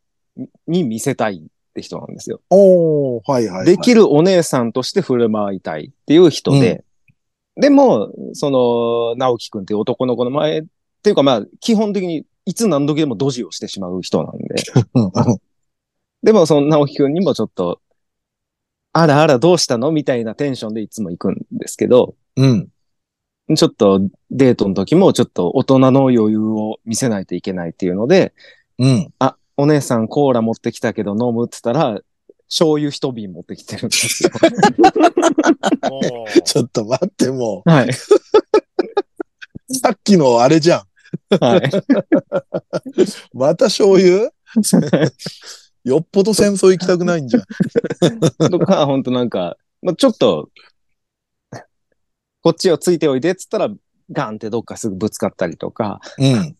に見せたいって人なんですよ。おー、はいはい、はい。できるお姉さんとして振る舞いたいっていう人で、でも、その、直樹くんっていう男の子の前、っていうかまあ、基本的にいつ何時でもドジをしてしまう人な んで、うん。でもその直樹くんにもちょっと、あらあらどうしたのみたいなテンションでいつも行くんですけど、うん。ちょっとデートの時もちょっと大人の余裕を見せないといけないっていうので、うん。あ、お姉さんコーラ持ってきたけど飲むって言ったら、醤油一瓶持ってきてるんですよ。おーちょっと待って、も はい。う、さっきのあれじゃん。はい。また醤 油よっぽど戦争行きたくないんじゃん。 とか、ほんとなんか、まあ、ちょっと、こっちをついておいでっつったら、ガンってどっかすぐぶつかったりとか、うん。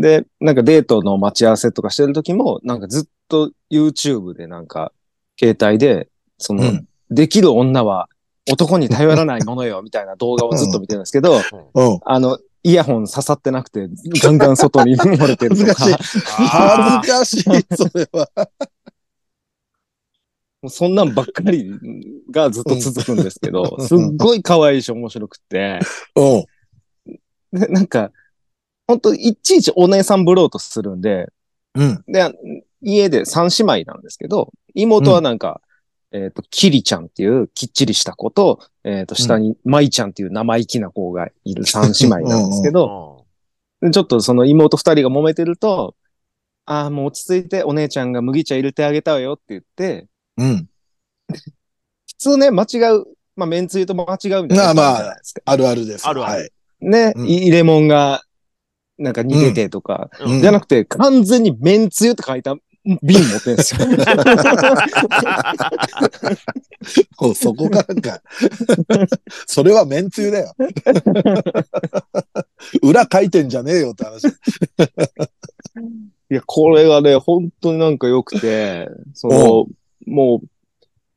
で、なんかデートの待ち合わせとかしてる時も、なんかずっと YouTube でなんか、携帯で、その、うんできる女は男に頼らないものよ、みたいな動画をずっと見てるんですけど、うん。あの、イヤホン刺さってなくて、ガンガン外に 漏れてるとか、恥ずか恥ずかしい、それは。もうそんなんばっかりがずっと続くんですけど、すっごい可愛いし面白くって、うん。で、なんか、ほんと、いちいちお姉さんぶろうとするんで、うん。で、あ家で三姉妹なんですけど、妹はなんか、えっ、と、キリちゃんっていうきっちりした子と、えっ、と、下にマイちゃんっていう生意気な子がいる三姉妹なんですけど、でちょっとその妹二人が揉めてると、ああ、もう落ち着いてお姉ちゃんが麦茶入れてあげたわよって言って、うん。普通ね、間違う、まあ、めんつゆと間違うみたいな。まあまあじゃないですか。あるあるです。あるあるはい。ね、うんい入れ物が、なんか煮ててとか、うんうんじゃなくて、完全にめんつゆって書いた瓶持ってんですよ。 もうそこから か。それはめんつゆだよ。 裏書いてんじゃねえよって話。いや、これがね、本当になんか良くて、その、もう、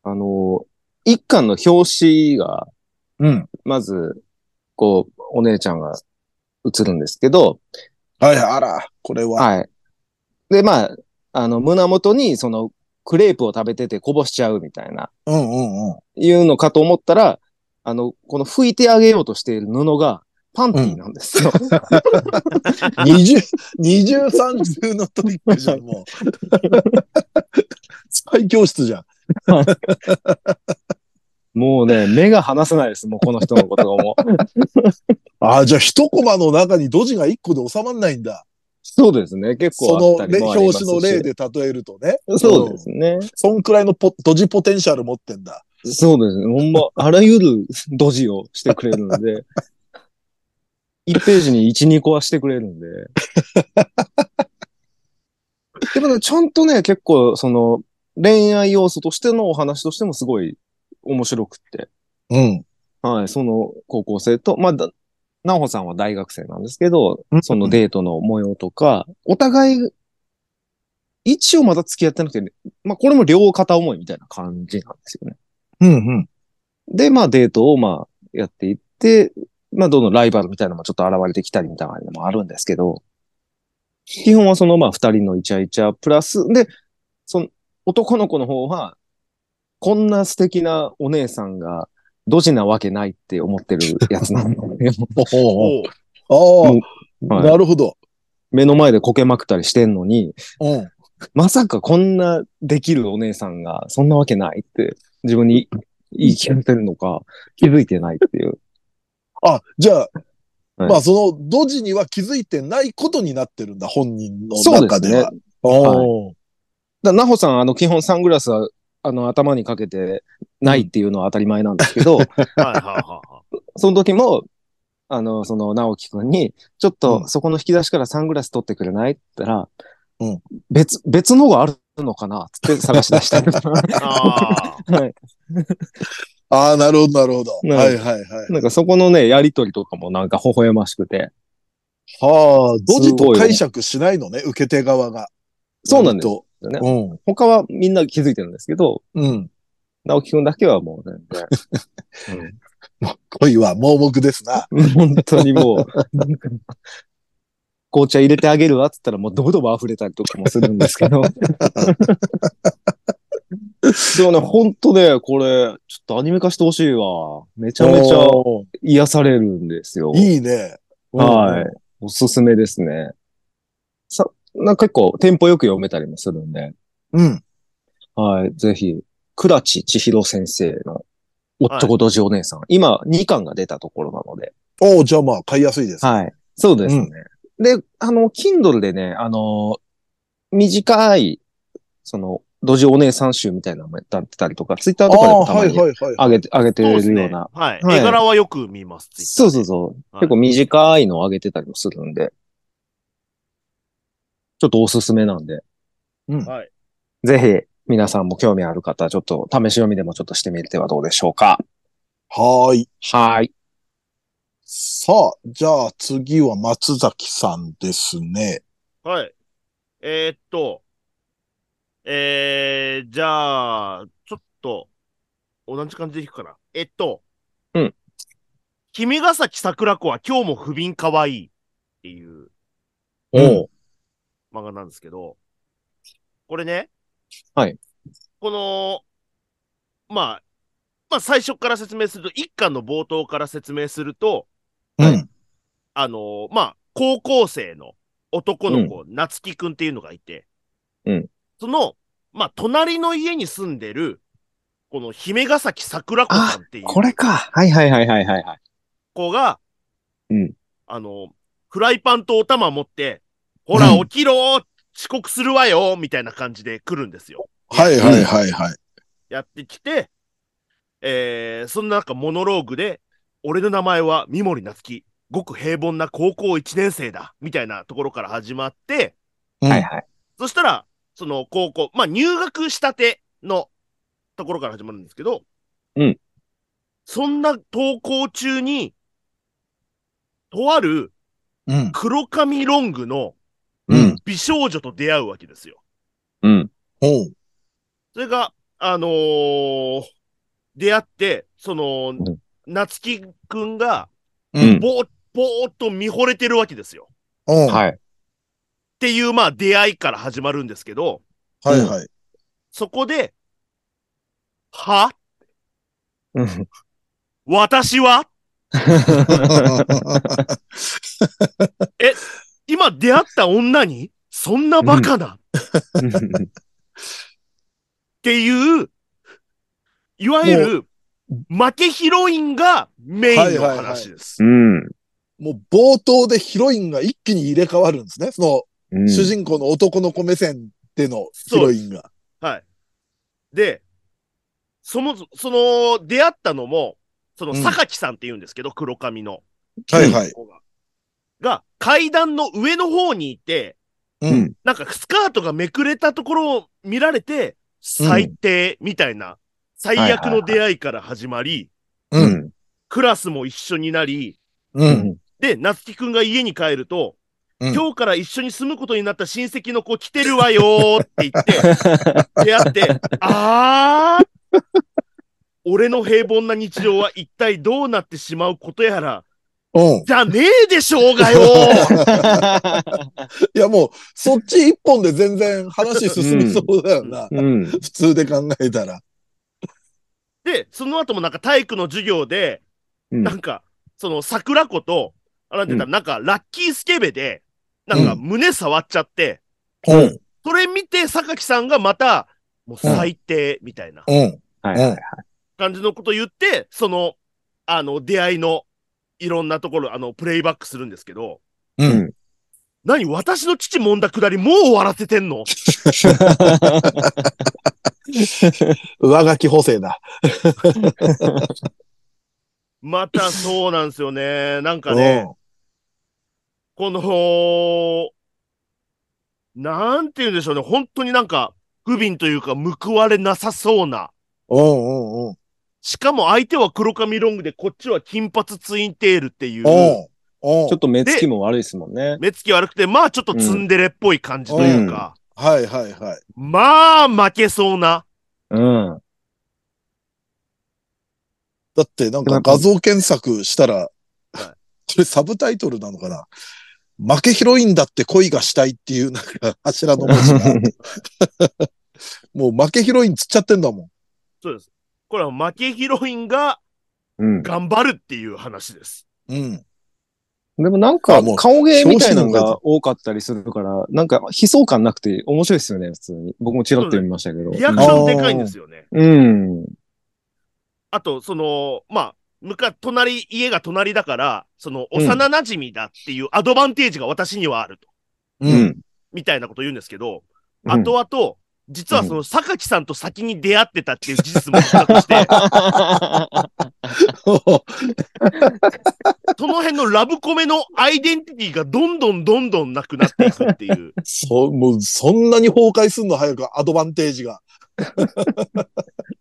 あの、一巻の表紙が、うん。まず、こう、お姉ちゃんが映るんですけど、はい、あら、これは。はい。で、まあ、あの、胸元に、その、クレープを食べててこぼしちゃうみたいな、うんうんうん。いうのかと思ったら、あの、この拭いてあげようとしている布が、パンティーなんですよ。 二重、二重三重のトリックじゃん、もう。 最強室じゃん。もうね、目が離せないです。もうこの人のことがもう。ああ、じゃあ一コマの中にドジが一個で収まんないんだ。 そうですね。結そ構あっのたりれもありま表すし。紙の例で例えるとね。そうですね。そんくらいのポドジポテンシャル持ってんだ。そうですね。ほんま、あらゆるドジをしてくれるん で、1ページに1、2個はしてくれるんで。でもね、ちゃんとね、結構、その、恋愛要素としてのお話としてもすごい面白くって。うん。はい、その高校生と、まあ、だなほさんは大学生なんですけど、そのデートの模様とか、お互い、一応まだ付き合ってなくて、ね、まあ、これも両片思いみたいな感じなんですよね。うんうん。で、まあデートをまあやっていって、まあどんどんライバルみたいなのもちょっと現れてきたりみたいなのもあるんですけど、基本はそのまあ二人のイチャイチャプラス、で、その男の子の方は、こんな素敵なお姉さんがドジなわけないって思ってるやつなん で、ほうほうおほうーああ、はいなるほど。目の前でこけまくったりしてんのに、うん。まさかこんなできるお姉さんがそんなわけないって自分に言い聞かれてるのか気づいてないっ ていう。あ、じゃあ、はいまあそのドジには気づいてないことになってるんだ、本人のそうで中すでねは。。おーだから、なほさん、あの、基本サングラスは、あの、頭にかけてないっていうのは当たり前なんですけど、はいはいはいはい。 その時も、あの、その、直樹くんに、ちょっうと、んそこの引き出しからサングラス取ってくれないって言ったら、うん別、別のがあるのかなつって探し出したりとかああ。はいああ、なるほど、なるほど。なはいるはいはい。 なんかそこのね、やりとりとかもなんか微笑ましくて。はあ、ドジすとごい解釈しないのね、受け手側が。そうなんです割よねと。他はみんな気づいてるんですけど、うん。うん。直樹くんだけはもう全然。恋は盲目ですな。うん 本当にもう、なんか 紅茶入れてあげるわっつったらもうドブドブ溢れたりとかもするんですけど。 でもね、本当ね、これ、ちょっとアニメ化してほしいわ。めちゃめちゃお癒されるんですよー。いいね。はい。おすすめですね。さ、なんか結構テンポよく読めたりもするんで、うん。はい。ぜひ、倉地千尋先生のおっちょこどじお姉さん。今、2巻が出たところなので、おおじゃあまあ、買いやすいです。はい。そうですね。で、あの、Kindle でね、あの、短い、その、ドジお姉さん集みたいなのもやってたりとか、ツイッターあとかであもたー、まはいにはいはい。上げて、上げてそうでるすようね。な。はい。はい絵柄はよく見ます。。そうそううそう。はい結構短いのを上げてたりもするんで、ちょっとおすすめなんで、うん。はい。ぜひ皆さんも興味ある方、ちょっと試し読みでもちょっとしてみてはどうでしょうか。はーい。はい。さあ、じゃあ次は松崎さんですね。はい。えーっと、えー、じゃあ、ちょっと、同じ感じでいくかな。えっと、うん。君ヶ崎桜子は今日も不憫かわいいっていうおう。漫画なんですけど、これね、はい。この、まあ、まあ最初から説明すると、一巻の冒頭から説明すると、うん。あのまあ、高校生の男の子、夏希くんっていうのがいて、うんその、まあ、隣の家に住んでる、この姫ヶ崎桜子さんっていうこれか。はいはいはいはいはいはい。子が、うんあのフライパンとお玉持って、ほら、うん起きろー遅刻するわよーみたいな感じで来るんですよ。はいはいはいはい。やってきて、えー、そんな中モノローグで、俺の名前は三森夏樹、ごく平凡な高校1年生だ、みたいなところから始まって、うんはいはい。そしたら、その高校、まあ入学したてのところから始まるんですけど、うん。そんな登校中に、とあるうん。黒髪ロングのうん。美少女と出会うわけですよ。うん。おう。それが、あのー出会って、その、ん夏希くんが、うん。ぼー、ぼーっと見惚れてるわけですよ。っおう。はいはい。ていう、まあ、出会いから始まるんですけど、 はい。そこで、はうん私は今出会った女にそんなバカな、っていう、いわゆる、負けヒロインがメインの話です。うん。もう冒頭でヒロインが一気に入れ替わるんですね。そうんの主人公の男の子目線でのヒロインが。はい。で、その、その、出会ったのも、その、うん榊さんって言うんですけど、黒髪の。はいはい。子が。が、階段の上の方にいて、うん。なんかスカートがめくれたところを見られて、最低みたいな、最悪の出会いから始まり、う。うんん。クラスも一緒になり、う。うんん。で、夏希くんが家に帰るうと、ん今日から一緒に住むことになった親戚の子来てるわよーって言って、出会って、あー俺の平凡な日常は一体どうなってしまうことやら、うん。じゃねえでしょうがよ ーいやもう、そっち一本で全然話進みそうだよな。うん。普通で考えたら。で、その後もなんか体育の授業で、うんなんか、その桜子と、あなんて言ったらなんかラッキースケベで、なんかう胸触っちゃって、うん。それ見て榊さんがまた、もう最低みたいなうん。はいうん。感じのこと言って、その、あの、出会いのいろんなところ、あの、プレイバックするんですけど、うん。何私の父もんだくだりもう終わらせて んの 上書き補正だ。またそうなんですよね。なんかね、この、なんて言うんでしょうね。本当になんか、不憫というか報われなさそうなうん。うんうんうん。しかも相手は黒髪ロングで、こっちは金髪ツインテールっていう、おうおうちょっと目つきも悪いですもんね。目つき悪くて、まあちょっとツンデレっぽい感じというか、はいはいはい。まあ負けそうな。うん。だってなんか画像検索したら、 はこれサブタイトルなのかな負けヒロインだって恋がしたいっていうなんか 柱の文字が、もう負けヒロインつっちゃってんだもん。そうです。これは負けヒロインがうん。頑張るっていう話です。うん。でもなんあかもう、顔芸みたいなのが多かったりするから、なんか悲壮感なくて面白いですよね、普通に。僕もチラッと読みましたけど。リアクションでかいんですよね。うん。あと、その、まあ、向か、隣、家が隣だから、その、幼馴染だっていうアドバンテージが私にはあると、う。うんん。みたいなこと言うんですけど、うん後々、実はその、榊さんと先に出会ってたっていう事実も発覚して、その辺のラブコメのアイデンティティがどんどんどんどんなくなっていくっていう。そう、もうそんなに崩壊すんの早くアドバンテージが。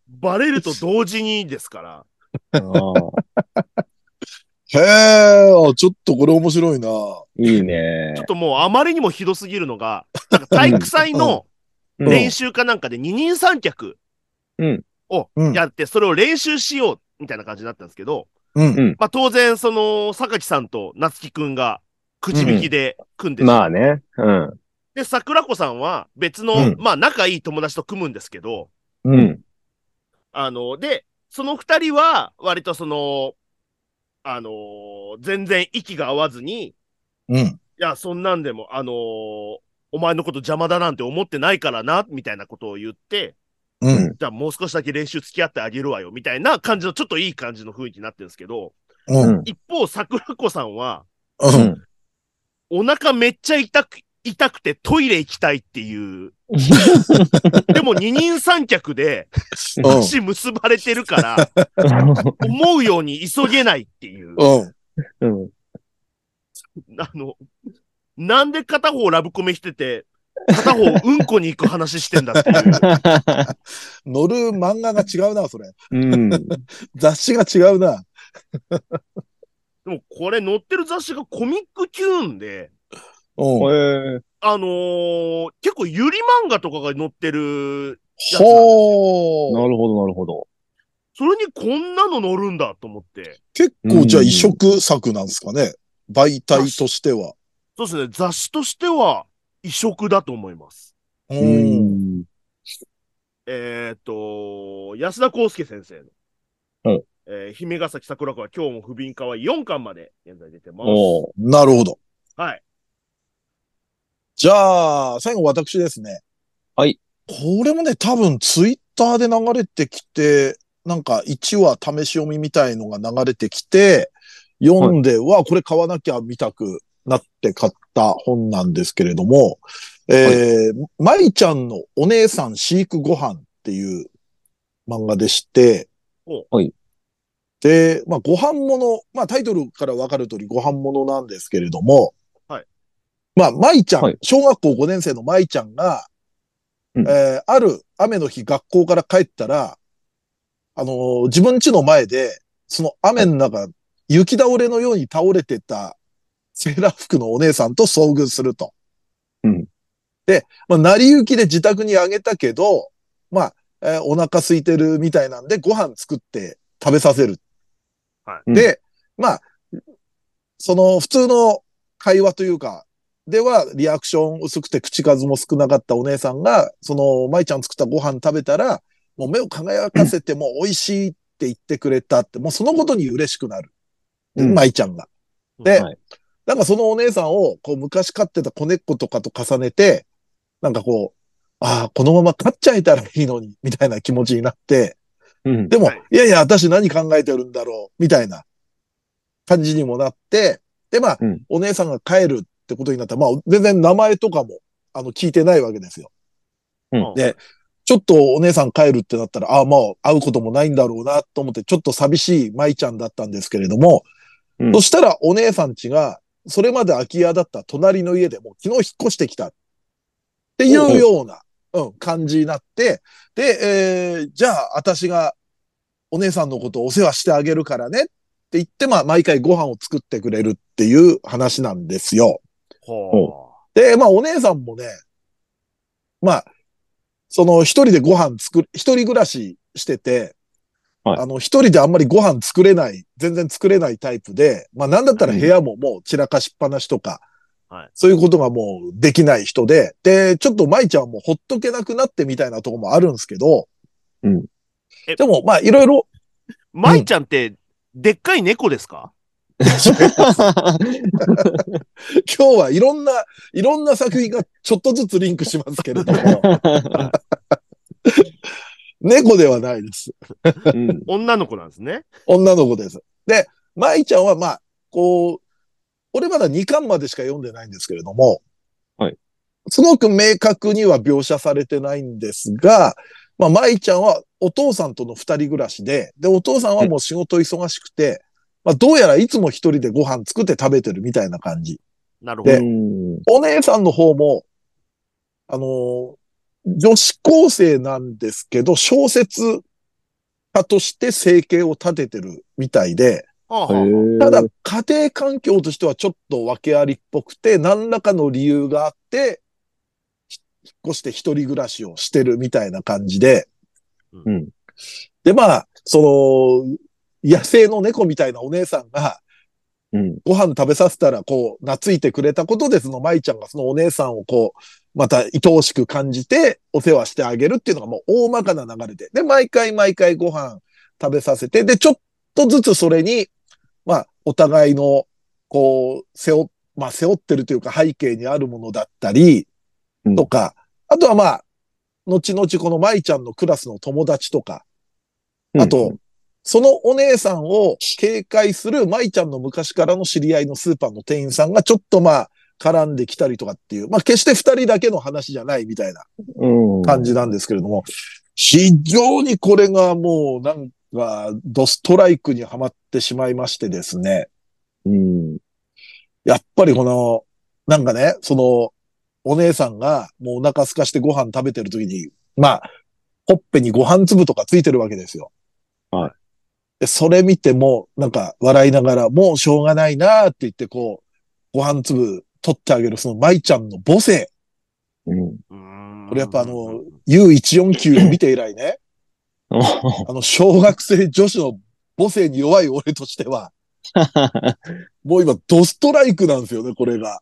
バレると同時にですから。あーへえ、ちょっとこれ面白いな。いいねちょっ。ともうあまりにもひどすぎるのが、なんか体育祭のうん練習かなんかで二人三脚うんをやって、それを練習しようみたいな感じになったんですけど、うん。まあ当然その、榊さんと夏樹くんがくじ引きで組んでて、まあね。うん。で、桜子さんは別の、うんまあ仲いい友達と組むんですけど、う。うんん。あの、で、その二人は、割とその、あのー全然息が合わずに、いうん。や、そんなんでも、あのーお前のこと邪魔だなんて思ってないからな、みたいなことを言って、うん。じゃあもう少しだけ練習付き合ってあげるわよ、みたいな感じの、ちょっといい感じの雰囲気になってるんですけど、うん。うん。一方、桜子さんは、うん。お腹めっちゃ痛く、痛くてトイレ行きたいっていう。でも二人三脚で足結ばれてるから、思うように急げないっていう。うん。うん。あの、なんで片方ラブコメしてて、片方うんこに行く話してんだっていう。乗る漫画が違うな、それ。うん。雑誌が違うな。でもこれ載ってる雑誌がコミックキューンで、うん。えあのー結構ゆり漫画とかが載ってる、ー、ほう。なるほど、なるほど。それにこんなの載るんだと思って。結構じゃあ移植作なんですかね。媒体としては。そうですね、雑誌としては異色だと思います。う。うんん。えーっと、安田康介先生の。はいえー姫ヶ崎桜子は今日も不憫かわいい4巻まで現在出てます。おうなるほど。はい。じゃあ、最後私ですね。はい。これもね、多分ツイッターで流れてきて、なんか1話試し読みみたいのが流れてきて、読んで、はこれ買わなきゃ見たくなって買った本なんですけれども、えー、まいちゃんのお姉さん飼育ご飯っていう漫画でしてお、はい。で、まあ、ご飯物、まあ、タイトルからわかる通りご飯物なんですけれども、はい。まあ、舞ちゃん、はい小学校5年生の舞ちゃんが、うんえーある雨の日学校から帰ったら、あのー自分家の前で、その雨の中、雪倒れのように倒れてたセーラー服のお姉さんと遭遇すると。うんで、まあ、成り行きで自宅にあげたけど、まあ、えーお腹空いてるみたいなんで、ご飯作って食べさせる。はうんで、まあ、その普通の会話というか、では、リアクション薄くて口数も少なかったお姉さんが、その、舞ちゃん作ったご飯食べたら、もう目を輝かせて、もう美味しいって言ってくれたって、もうそのことに嬉しくなる。うん舞ちゃんが。で、はいなんかそのお姉さんを、こう昔飼ってた子猫とかと重ねて、なんかこう、ああ、このまま飼っちゃえたらいいのに、みたいな気持ちになって、うん。でも、はいい、やいや、私何考えてるんだろう、みたいな感じにもなって、で、まあ、うんお姉さんが帰るってことになったら、まあ、全然名前とかも、あの、聞いてないわけですよ。うんでちょっとお姉さん帰るってなったら、ああ、まあ、会うこともないんだろうな、と思って、ちょっと寂しい舞ちゃんだったんですけれども、うんそしたらお姉さんちが、それまで空き家だった隣の家でもう昨日引っ越してきた。っていうような、うん、感じになって、で、えー、じゃあ、私がお姉さんのことをお世話してあげるからねって言って、まあ、毎回ご飯を作ってくれるっていう話なんですよ。ほで、まあ、お姉さんもね、まあ、その、一人でご飯作る、一人暮らししてて、はいあの、一人であんまりご飯作れない、全然作れないタイプで、まあ、なんだったらうん部屋ももう散らかしっぱなしとか、はいそういうことがもうできない人で、で、ちょっと舞ちゃんもほっとけなくなってみたいなとこもあるんですけど、うんえでも、まあ、いろい ろ、う。まいちゃんって、でっかい猫ですか今日はいろんな、いろんな作品がちょっとずつリンクしますけれど も、猫ではないです。 うん女の子なんですね。女の子です。で、舞ちゃんはまあ、こう、俺まだ2巻までしか読んでないんですけれども、はい。すごく明確には描写されてないんですが、まあ、舞ちゃんはお父さんとの二人暮らしで、で、お父さんはもう仕事忙しくて、まあ、どうやらいつも一人でご飯作って食べてるみたいな感じ。なるほうど。んお姉さんの方も、あのー女子高生なんですけど、小説家として生計を立ててるみたいで、はあはあはたあだへ、家庭環境としてはちょっと訳ありっぽくて、何らかの理由があって、ひ引っ越して一人暮らしをしてるみたいな感じで。うんで、まあ、その、野生の猫みたいなお姉さんがえうんご飯食べさせたら、こう、懐いてくれたことで、その舞ちゃんがそのお姉さんをこう、また愛おしく感じて、お世話してあげるっていうのがもう大まかな流れで。で、毎回毎回ご飯食べさせて、で、ちょっとずつそれに、まあ、お互いの、こう、背負、まあ、背負ってるというか背景にあるものだったりうん、とか、あとはまあ、後々この舞ちゃんのクラスの友達とか、あと、そのお姉さんを警戒する舞ちゃんの昔からの知り合いのスーパーの店員さんがちょっとまあ、絡んできたりとかっていう、まあ決して二人だけの話じゃないみたいなうん感じなんですけれども、非常にこれがもうなんか、ドストライクにはまってしまいましてですね。うんやっぱりこの、なんかね、その、お姉さんがもうお腹空かしてご飯食べてる時に、まあ、ほっぺにご飯粒とかついてるわけですよ。はい。で、それ見ても、なんか笑いながら、もうしょうがないなーって言って、こう、ご飯粒取ってあげる、その舞ちゃんの母性。うん。うーんこれやっぱあの、U149 を見て以来 ね、あの、小学生女子の母性に弱い俺としては、もう今ドストライクなんですよね、これが。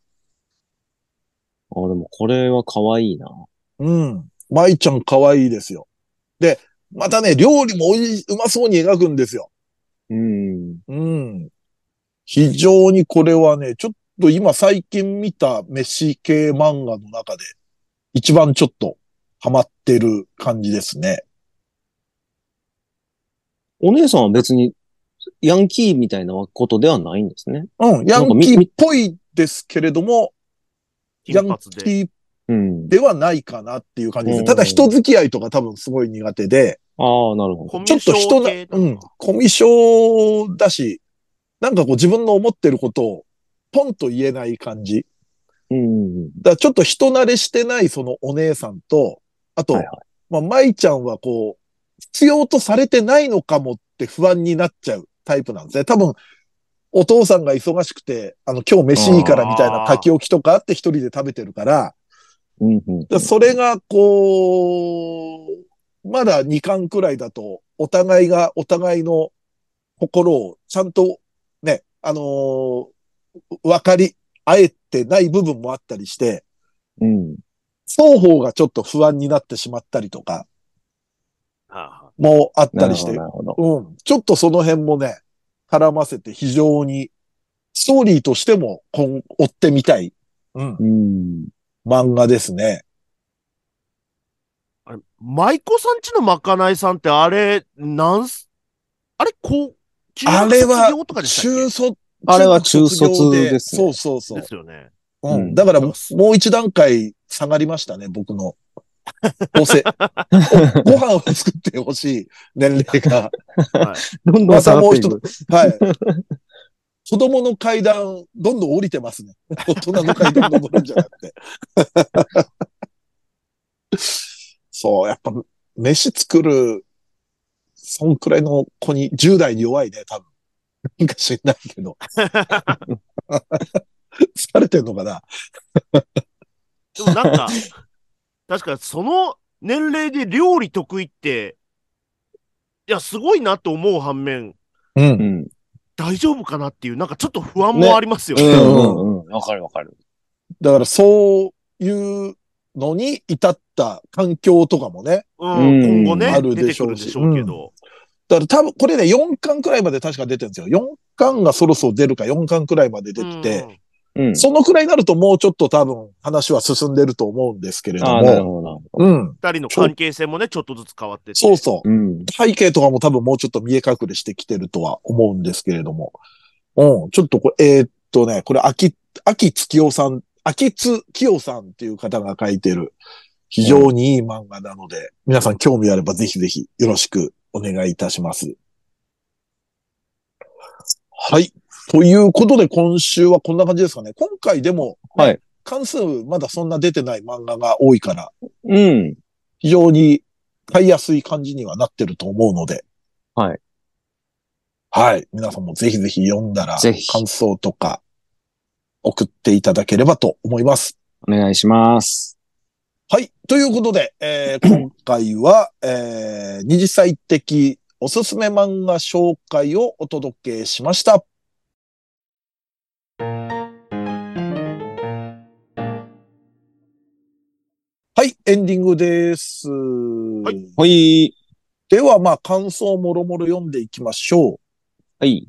あ、でもこれは可愛いな。うん。舞ちゃん可愛いですよ。で、またね、料理もおいしうまそうに描くんですよ。うん。うん。非常にこれはね、ちょっと今最近見た飯系漫画の中で、一番ちょっとハマってる感じですね。お姉さんは別に、ヤンキーみたいなことではないんですね。うん、ヤンキーっぽいですけれども、ヤ金ン髪キで。ーうん。ではないかなっていう感じですね。うんただ人付き合いとか多分すごい苦手で、ああ、なるほど。コミちょっと人な、うん、コミュ障だし、なんかこう自分の思ってることをポンと言えない感じ。うん。だからちょっと人慣れしてないそのお姉さんと、あと、はいはまあ、舞ちゃんはこう、必要とされてないのかもって不安になっちゃうタイプなんですね。多分、お父さんが忙しくて、あの、今日飯いいからみたいな書き置きとかあって一人で食べてるから、うんうんだからそれが、こう、まだ2巻くらいだと、お互いがお互いの心をちゃんとね、あのー分かり合えてない部分もあったりして、うん。双方がちょっと不安になってしまったりとかはあはあもあったなりるしほど、てな、るほど。うん。ちょっとその辺もね、絡ませて非常に、ストーリーとしても、こん追ってみたい、うん、うん。漫画ですね。あれ、舞妓さんちのまかないさんってあれ、なんす、あれ、こう、中あれは卒業とかでしたっ中卒、あれは中卒ですねそうそうそうけで。すよね。ううんん。だからもう、もう一段階下がりましたね、僕の。どう せ、ご飯を作ってほしい年齢が。はいどんどんまた下がもっうて一いく。つ。はい。子供の階段、どんどん降りてます ね。大人の階段登るんじゃなくて。そう、やっぱ、飯作る、そんくらいの子に、10代に弱いね、多分。なんか知んないけ ど。疲れてんのかなでもなんか、 確かその年齢で料理得意って、いや、すごいなと思う反面、う。うんん。大丈夫かなっていう、なんかちょっと不安もありますようね。んうんうん。わかるわかる。だからそういうのに至った環境とかもね。うんうん今後ねあ、る出でてしくょるうんしでしょうけど。だから多分これね、4巻くらいまで確か出てるんですよ。4巻がそろそろ出るか4巻くらいまで出てて、うん。そのくらいになるともうちょっと多分話は進んでると思うんですけれどああ、なるも。ほどなるほど。うん。二人の関係性もね、ちょっとずつ変わってて。そうそう。うん。背景とかも多分もうちょっと見え隠れしてきてるとは思うんですけれども。うん、ちょっとこれ、えーっとね、これ、秋、秋月夫さん、秋津清さんっていう方が書いてる、非常にいい漫画なので、皆さん興味あればぜひぜひよろしくお願いいたします。はい。ということで今週はこんな感じですかね。今回でも、はい関数まだそんな出てない漫画が多いから、うん。非常に買いやすい感じにはなってると思うので。はい。はい。皆さんもぜひぜひ読んだら、ぜひ感想とか送っていただければと思います。お願いします。はい。ということで、え ー今回は、えー、二次最適おすすめ漫画紹介をお届けしました。はい、エンディングです。はいほい。では、まあ、感想もろもろ読んでいきましょはい。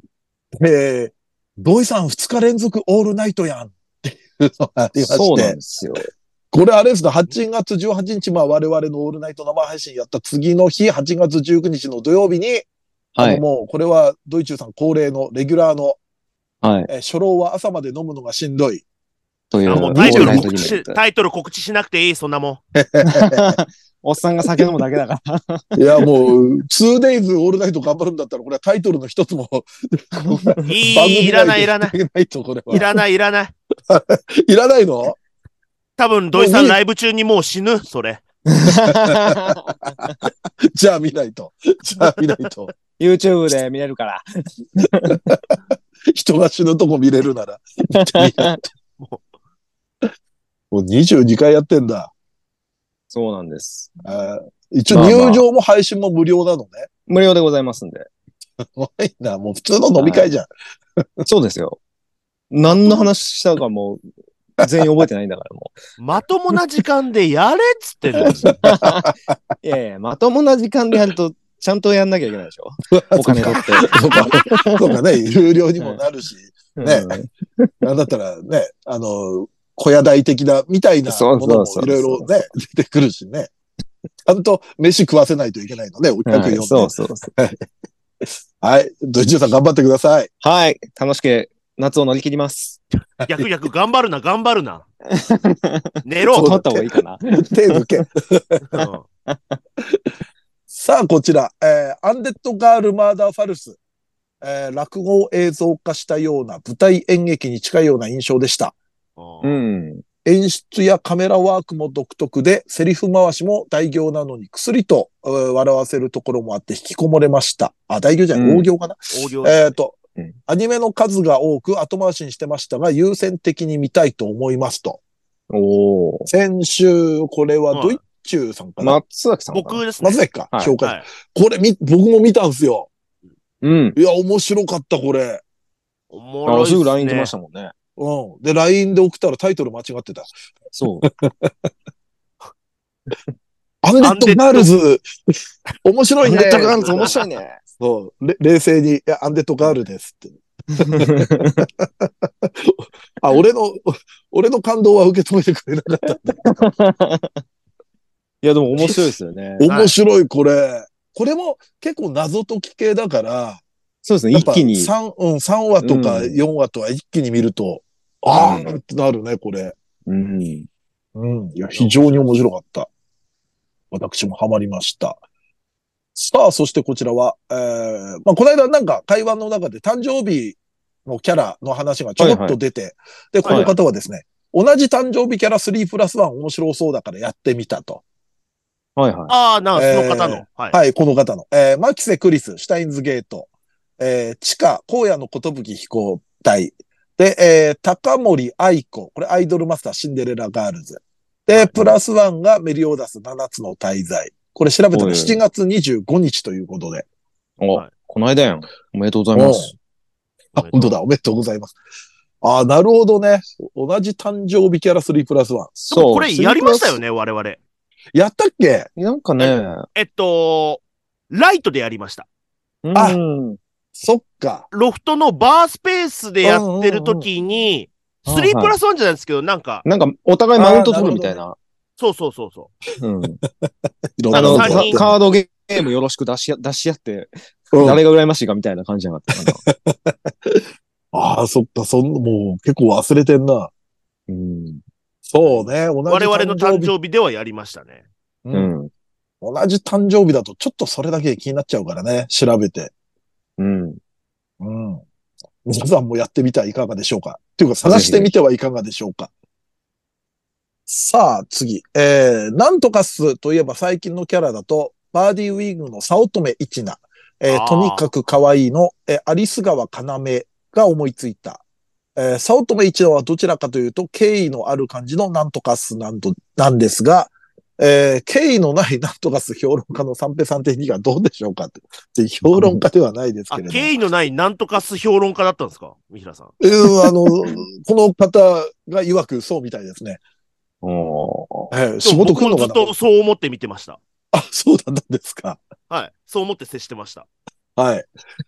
う。えー、土井さん二日連続オールナイトやんっていうのがありまして。そうなんですよ。これあれですね、8月18日、まあ我々のオールナイト生配信やった次の日、8月19日の土曜日に、はあのい。もうこれはドイチューさん恒例のレギュラーの、はい。えー初老は朝まで飲むのがしん どい。といあう。もうタイトルオーナイト告ニ知ュし、ータイトル告知しなくていい、そんなもん。 おっさんが酒飲むだけだ から。いやもう、2days オールナイト頑張るんだったら、これはタイトルの一つも、これ 番 い組い、いらない、いらない内。でしてあげないと、これは。いらない、いらない。いらないの多分、土井さもうんいいライブ中にもう死ぬ、それ。じゃあ見ないと。じゃあ見ないと。 YouTube で見れるから。 人が死ぬとこ見れるなら。もう22回やってんだ。 そうなんです。あー一応入場も配信も無料なのね。 無料でございますんで。すごいな。もう普通の飲み会じゃん。そうですよ。何の話したかもう、全員覚えてないんだから もまともな時間でやれっつってる。う。いやいや、まともな時間でやると、ちゃんとやんなきゃいけないでしょ。 お金取って。とか、とかね、有料にもなるし、ねうんなんだったらね、あの、小屋代的な、みたいなそうものもそうそういろいろね、出てくるしね。ちゃんと飯食わせないといけないのね、お客呼んはいで。そうそうそう。はい。ドイツさん頑張ってくだ さい。はい。楽しく夏を乗り切ります。逆逆、頑張るな、頑張るな。ち寝ょろっと。取った方がいいかな。手抜け。うんさあ、こちら、えーアンデッドガール・マーダー・ファルス。えー落語を映像化したような舞台演劇に近いような印象でした。 うん。演出やカメラワークも独特で、セリフ回しも大行なのにくすりとえー笑わせるところもあって引きこもれました。あ、大行じゃない、うん大行かな。大行えっとうん、アニメの数が多く後回しにしてましたが、優先的に見たいと思いますと。おー。先週、これははいドイッチューさんかな。松崎さんかな。僕ですまね。ずか、はい紹介。はいこれみ、僕も見たんすよ。うん。いや、面白かった、これ。おもろいあ、っすすねぐ LINE 来ましたもんね。うん。で、LINE で送ったらタイトル間違ってた。そう。アンデッドガールズ、面白いね。ドガンズ面 白いね。そう、れ冷静に、いや、アンデッドガールですって。 あ、俺の、お俺の感動は受け止めてくれなかった。いや、でも面白いですよね。面白い、これ。これも結構謎解き系だから、 そうですね。やっ一ぱ気に。 3、うん、三話とかうん4話とは一気に見ると、あうーってなるね、これ。うん。うん。いや、非常に面白かった。私もハマりました。さあ、そしてこちらは、えー、まあ、この間なんか会話の中で誕生日のキャラの話がちょろっと出て、で、この方はですね、同じ誕生日キャラ3プラス1面白そうだからやってみたと。はいはい。ああ、なんかその方の。えーはい。はい、この方の。えーマキセ・クリス、シュタインズゲート、えー、地下、荒野の寿飛行隊。で、えー高森愛子、これアイドルマスター、シンデレラガールズ。で、プラスワンがメリオダス7つの滞在。これ調べたおらい7月25日ということで。お、はいこの間やん。おめでとうございます。あ、本当だ、おめでとうございます。あーなるほどね。同じ誕生日キャラ3プラス1。そうそう。これやりましたよね。ね、我々。やったっけなんかね、えっと、ライトでやりました。うん。あそっか。ロフトのバースペースでやってる時うに、んうんうん3プラス1じゃないですけど、なんか、なんか、お互いマウント取るみたいな。そうそうそうそう。うん。いろんあなの、こ三とがあっ人てカードゲームよろしく出し合、出し合って、うん誰が羨ましいかみたいな感じじゃなか ったかな。ああ、そっか、そんな、もう結構忘れてんな。うん。そうね、同じ我々の誕日生日ではやりましたね。ううんん。同じ誕生日だとちょっとそれだけ気になっちゃうからね、調べて。うん。うん。皆さんもやってみてはいかがでしょうかっていうか探してみてはいかがでしょうかさあ、次。えー、なんとかすといえば最近のキャラだと、バーディーウィングの早乙女一奈、えーあーとにかく可愛いの、えーアリス川かなめが思いついた。えー、早乙女一奈はどちらかというと、敬意のある感じのなんとかすなんと、なんですが、えー敬意のないなんとかす評論家の三平三点二がどうでしょうかって、で評論家ではないですあ、けれども。敬意のないなんとかす評論家だったんですか三平さん。うん、あの、この方が曰くそうみたいですね。おーえー仕事来僕るものずかっなとそう思って見てました。あ、そうだったんですか。はい。そう思って接してました。はい。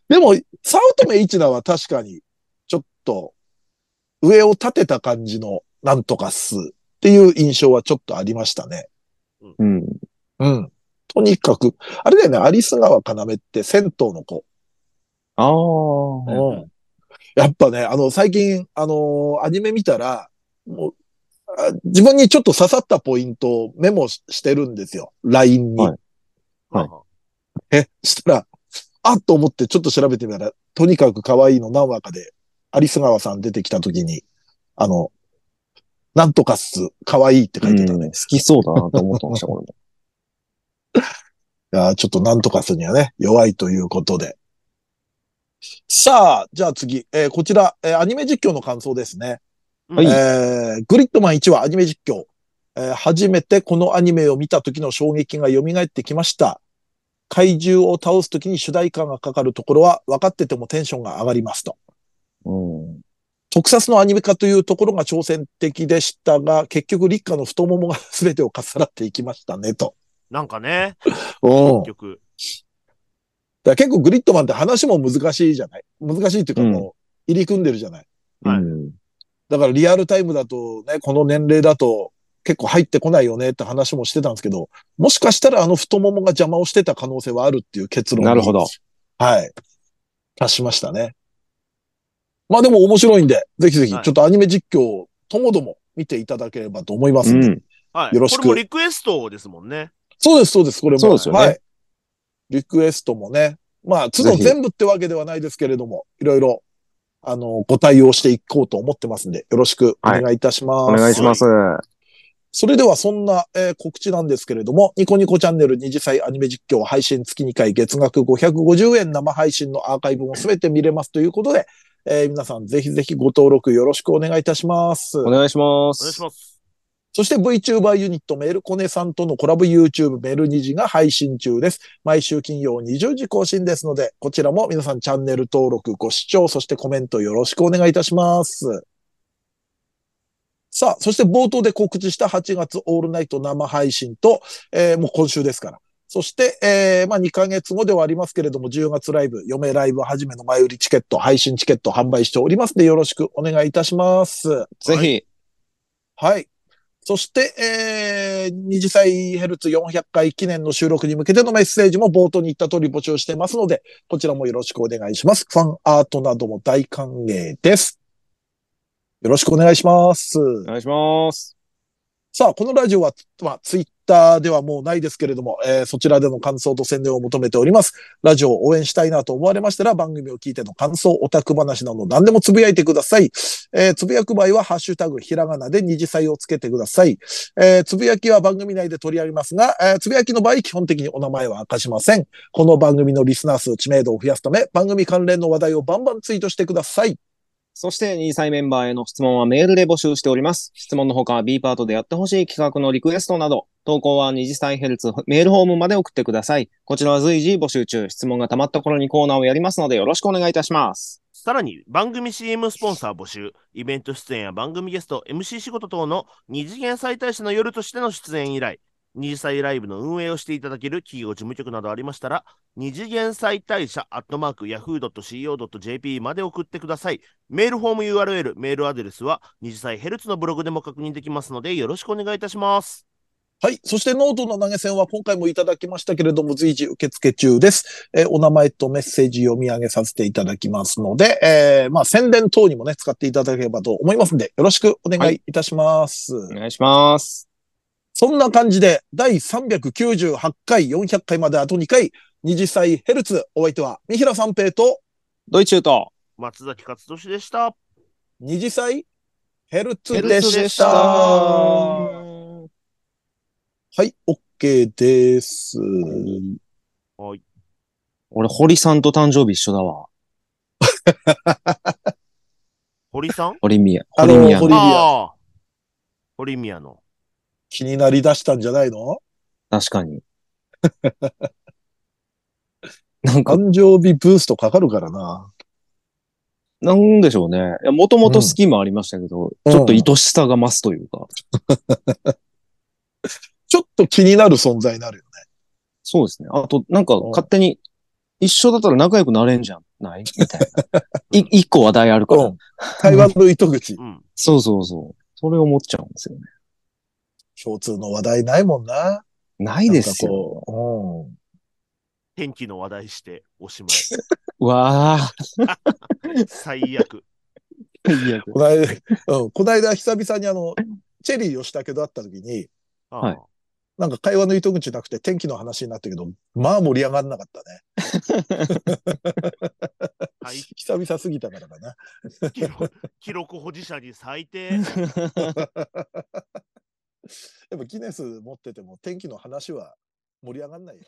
でも、早乙女一奈は確かに、ちょっと、上を立てた感じの、なんとか数っていう印象はちょっとありましたね。うん。うん。とにかく、あれだよね、アリス川かなめって銭湯の子。ああ。うんやっぱね、あの、最近、あのーアニメ見たら、もう、あ自分にちょっと刺さったポイントをメモししてるんですよ。LINE に。はいはいえ、したら、あっと思ってちょっと調べてみたら、とにかく可愛いの何話かで、有栖川さん出てきたときに、あの、なんとかっす、可愛いって書いてたね。うん好きそうだなと思ってました、これも。いやーちょっとなんとかするにはね、弱いということで。さあ、じゃあ次、えーこちら、えーアニメ実況の感想ですね。はいえーグリッドマン1はアニメ実況。えー初めてこのアニメを見た時の衝撃が蘇ってきました。怪獣を倒す時に主題歌がかかるところは分かっててもテンションが上がりますと。うん。特撮のアニメ化というところが挑戦的でしたが、結局立夏の太ももが全てをかっさらっていきましたねと。なんかね、うん結。局。だから結構グリッドマンって話も難しいじゃない難しいっていうかもう入り組んでるじゃない、はいうんだからリアルタイムだとね、この年齢だと結構入ってこないよねって話もしてたんですけど、もしかしたらあの太ももが邪魔をしてた可能性はあるっていう結論になるほど。はい。達しましたね。まあでも面白いんで、ぜひぜひはいちょっとアニメ実況をともども見ていただければと思いますんで、うん。はい。よろしくこれもリクエストですもんね。そうです、そうです、これも。そうですよねはい。リクエストもね。まあ、都ぜ度ひ全部ってわけではないですけれども、いろいろ、あの、ご対応していこうと思ってますんで、よろしくお願いいたします。お願いします。それではそんな、えー告知なんですけれども、ニコニコチャンネル二次祭アニメ実況配信月2回月額550円生配信のアーカイブもすべて見れますということで、えー皆さんぜひぜひご登録よろしくお願いいたします。お願いしまお願いしす。ます。そして VTuber ユニットメールコネさんとのコラボ YouTube メール2時が配信中です。毎週金曜20時更新ですので、こちらも皆さんチャンネル登録、ご視聴、そしてコメントよろしくお願いいたします。さあ、そして冒頭で告知した8月オールナイト生配信と、えーもう今週ですから。そして、えーまあ2ヶ月後ではありますけれども、10月ライブ、嫁ライブはじめの前売りチケット、配信チケット販売しておりますので、よろしくお願いいたします。ぜひ。はい。そして、えー、二次祭ヘルツ400回記念の収録に向けてのメッセージも冒頭に言った通り募集してますので、こちらもよろしくお願いします。ファンアートなども大歓迎です。よろしくお願いします。お願いします。さあ、このラジオは、まあ、ツイッターではもうないですけれども、えーそちらでの感想と宣伝を求めております。ラジオを応援したいなと思われましたら、番組を聞いての感想、オタク話など何でもつぶやいてください。えーつぶやく場合は、ハッシュタグ、ひらがなで二次祭をつけてください。えーつぶやきは番組内で取り上げますが、えーつぶやきの場合、基本的にお名前は明かしません。この番組のリスナー数、知名度を増やすため、番組関連の話題をバンバンツイートしてください。そして、2歳メンバーへの質問はメールで募集しております。質問のほか、B パートでやってほしい企画のリクエストなど、投稿は二次歳ヘルツメールホームまで送ってください。こちらは随時募集中、質問が溜まった頃にコーナーをやりますので、よろしくお願いいたします。さらに番組 CM スポンサー募集、イベント出演や番組ゲスト、MC 仕事等の二次元再大社の夜としての出演以来、二次祭ライブの運営をしていただける企業事務局などありましたら、二次元再大社アットマーク yahoo.co.jp まで送ってください。メールフォーム URL、メールアドレスは二次祭ヘルツのブログでも確認できますので、よろしくお願いいたします。はい。そしてノートの投げ銭は今回もいただきましたけれども、随時受付中です。えーお名前とメッセージ読み上げさせていただきますので、えーまあ宣伝等にもね、使っていただければと思いますので、よろしくお願いいたします。お願いします。そんな感じで、第398回、400回まであと2回、二次祭ヘルツ、お相手は、三平三平と、ドイチューと、松崎勝利でした。二次祭ヘルツヘルでツでし。したたはい、OK です。はい。俺、堀さんと誕生日一緒だわ。堀さん堀宮。あの堀宮の堀宮ああ。堀宮の。気になりだしたんじゃないの確かに。なんか、誕生日ブーストかかるからな。なんでしょうね。もともと好きもありましたけど、うんちょっと愛しさが増すというか。ちょっと気になる存在になるよね。そうですね。あと、なんかん勝手に、一緒だったら仲良くなれんじゃないみたいな。い、一個話題あるから。うん会話の糸口。うん。そうそうそう。それ思っちゃうんですよね。共通の話題ないもんな。ないですよ。なんかこう。天気の話題しておしまい。うわあ。最悪。最悪うん。こないだ、うん。こないだ久々にあの、チェリー吉武と会った時に、ああはいなんか会話の糸口なくて天気の話になったけど、まあ盛り上がんなかったね。最久々すぎたからかな。記録記録保持者に最低。やっぱギネス持ってても天気の話は盛り上がんないよ。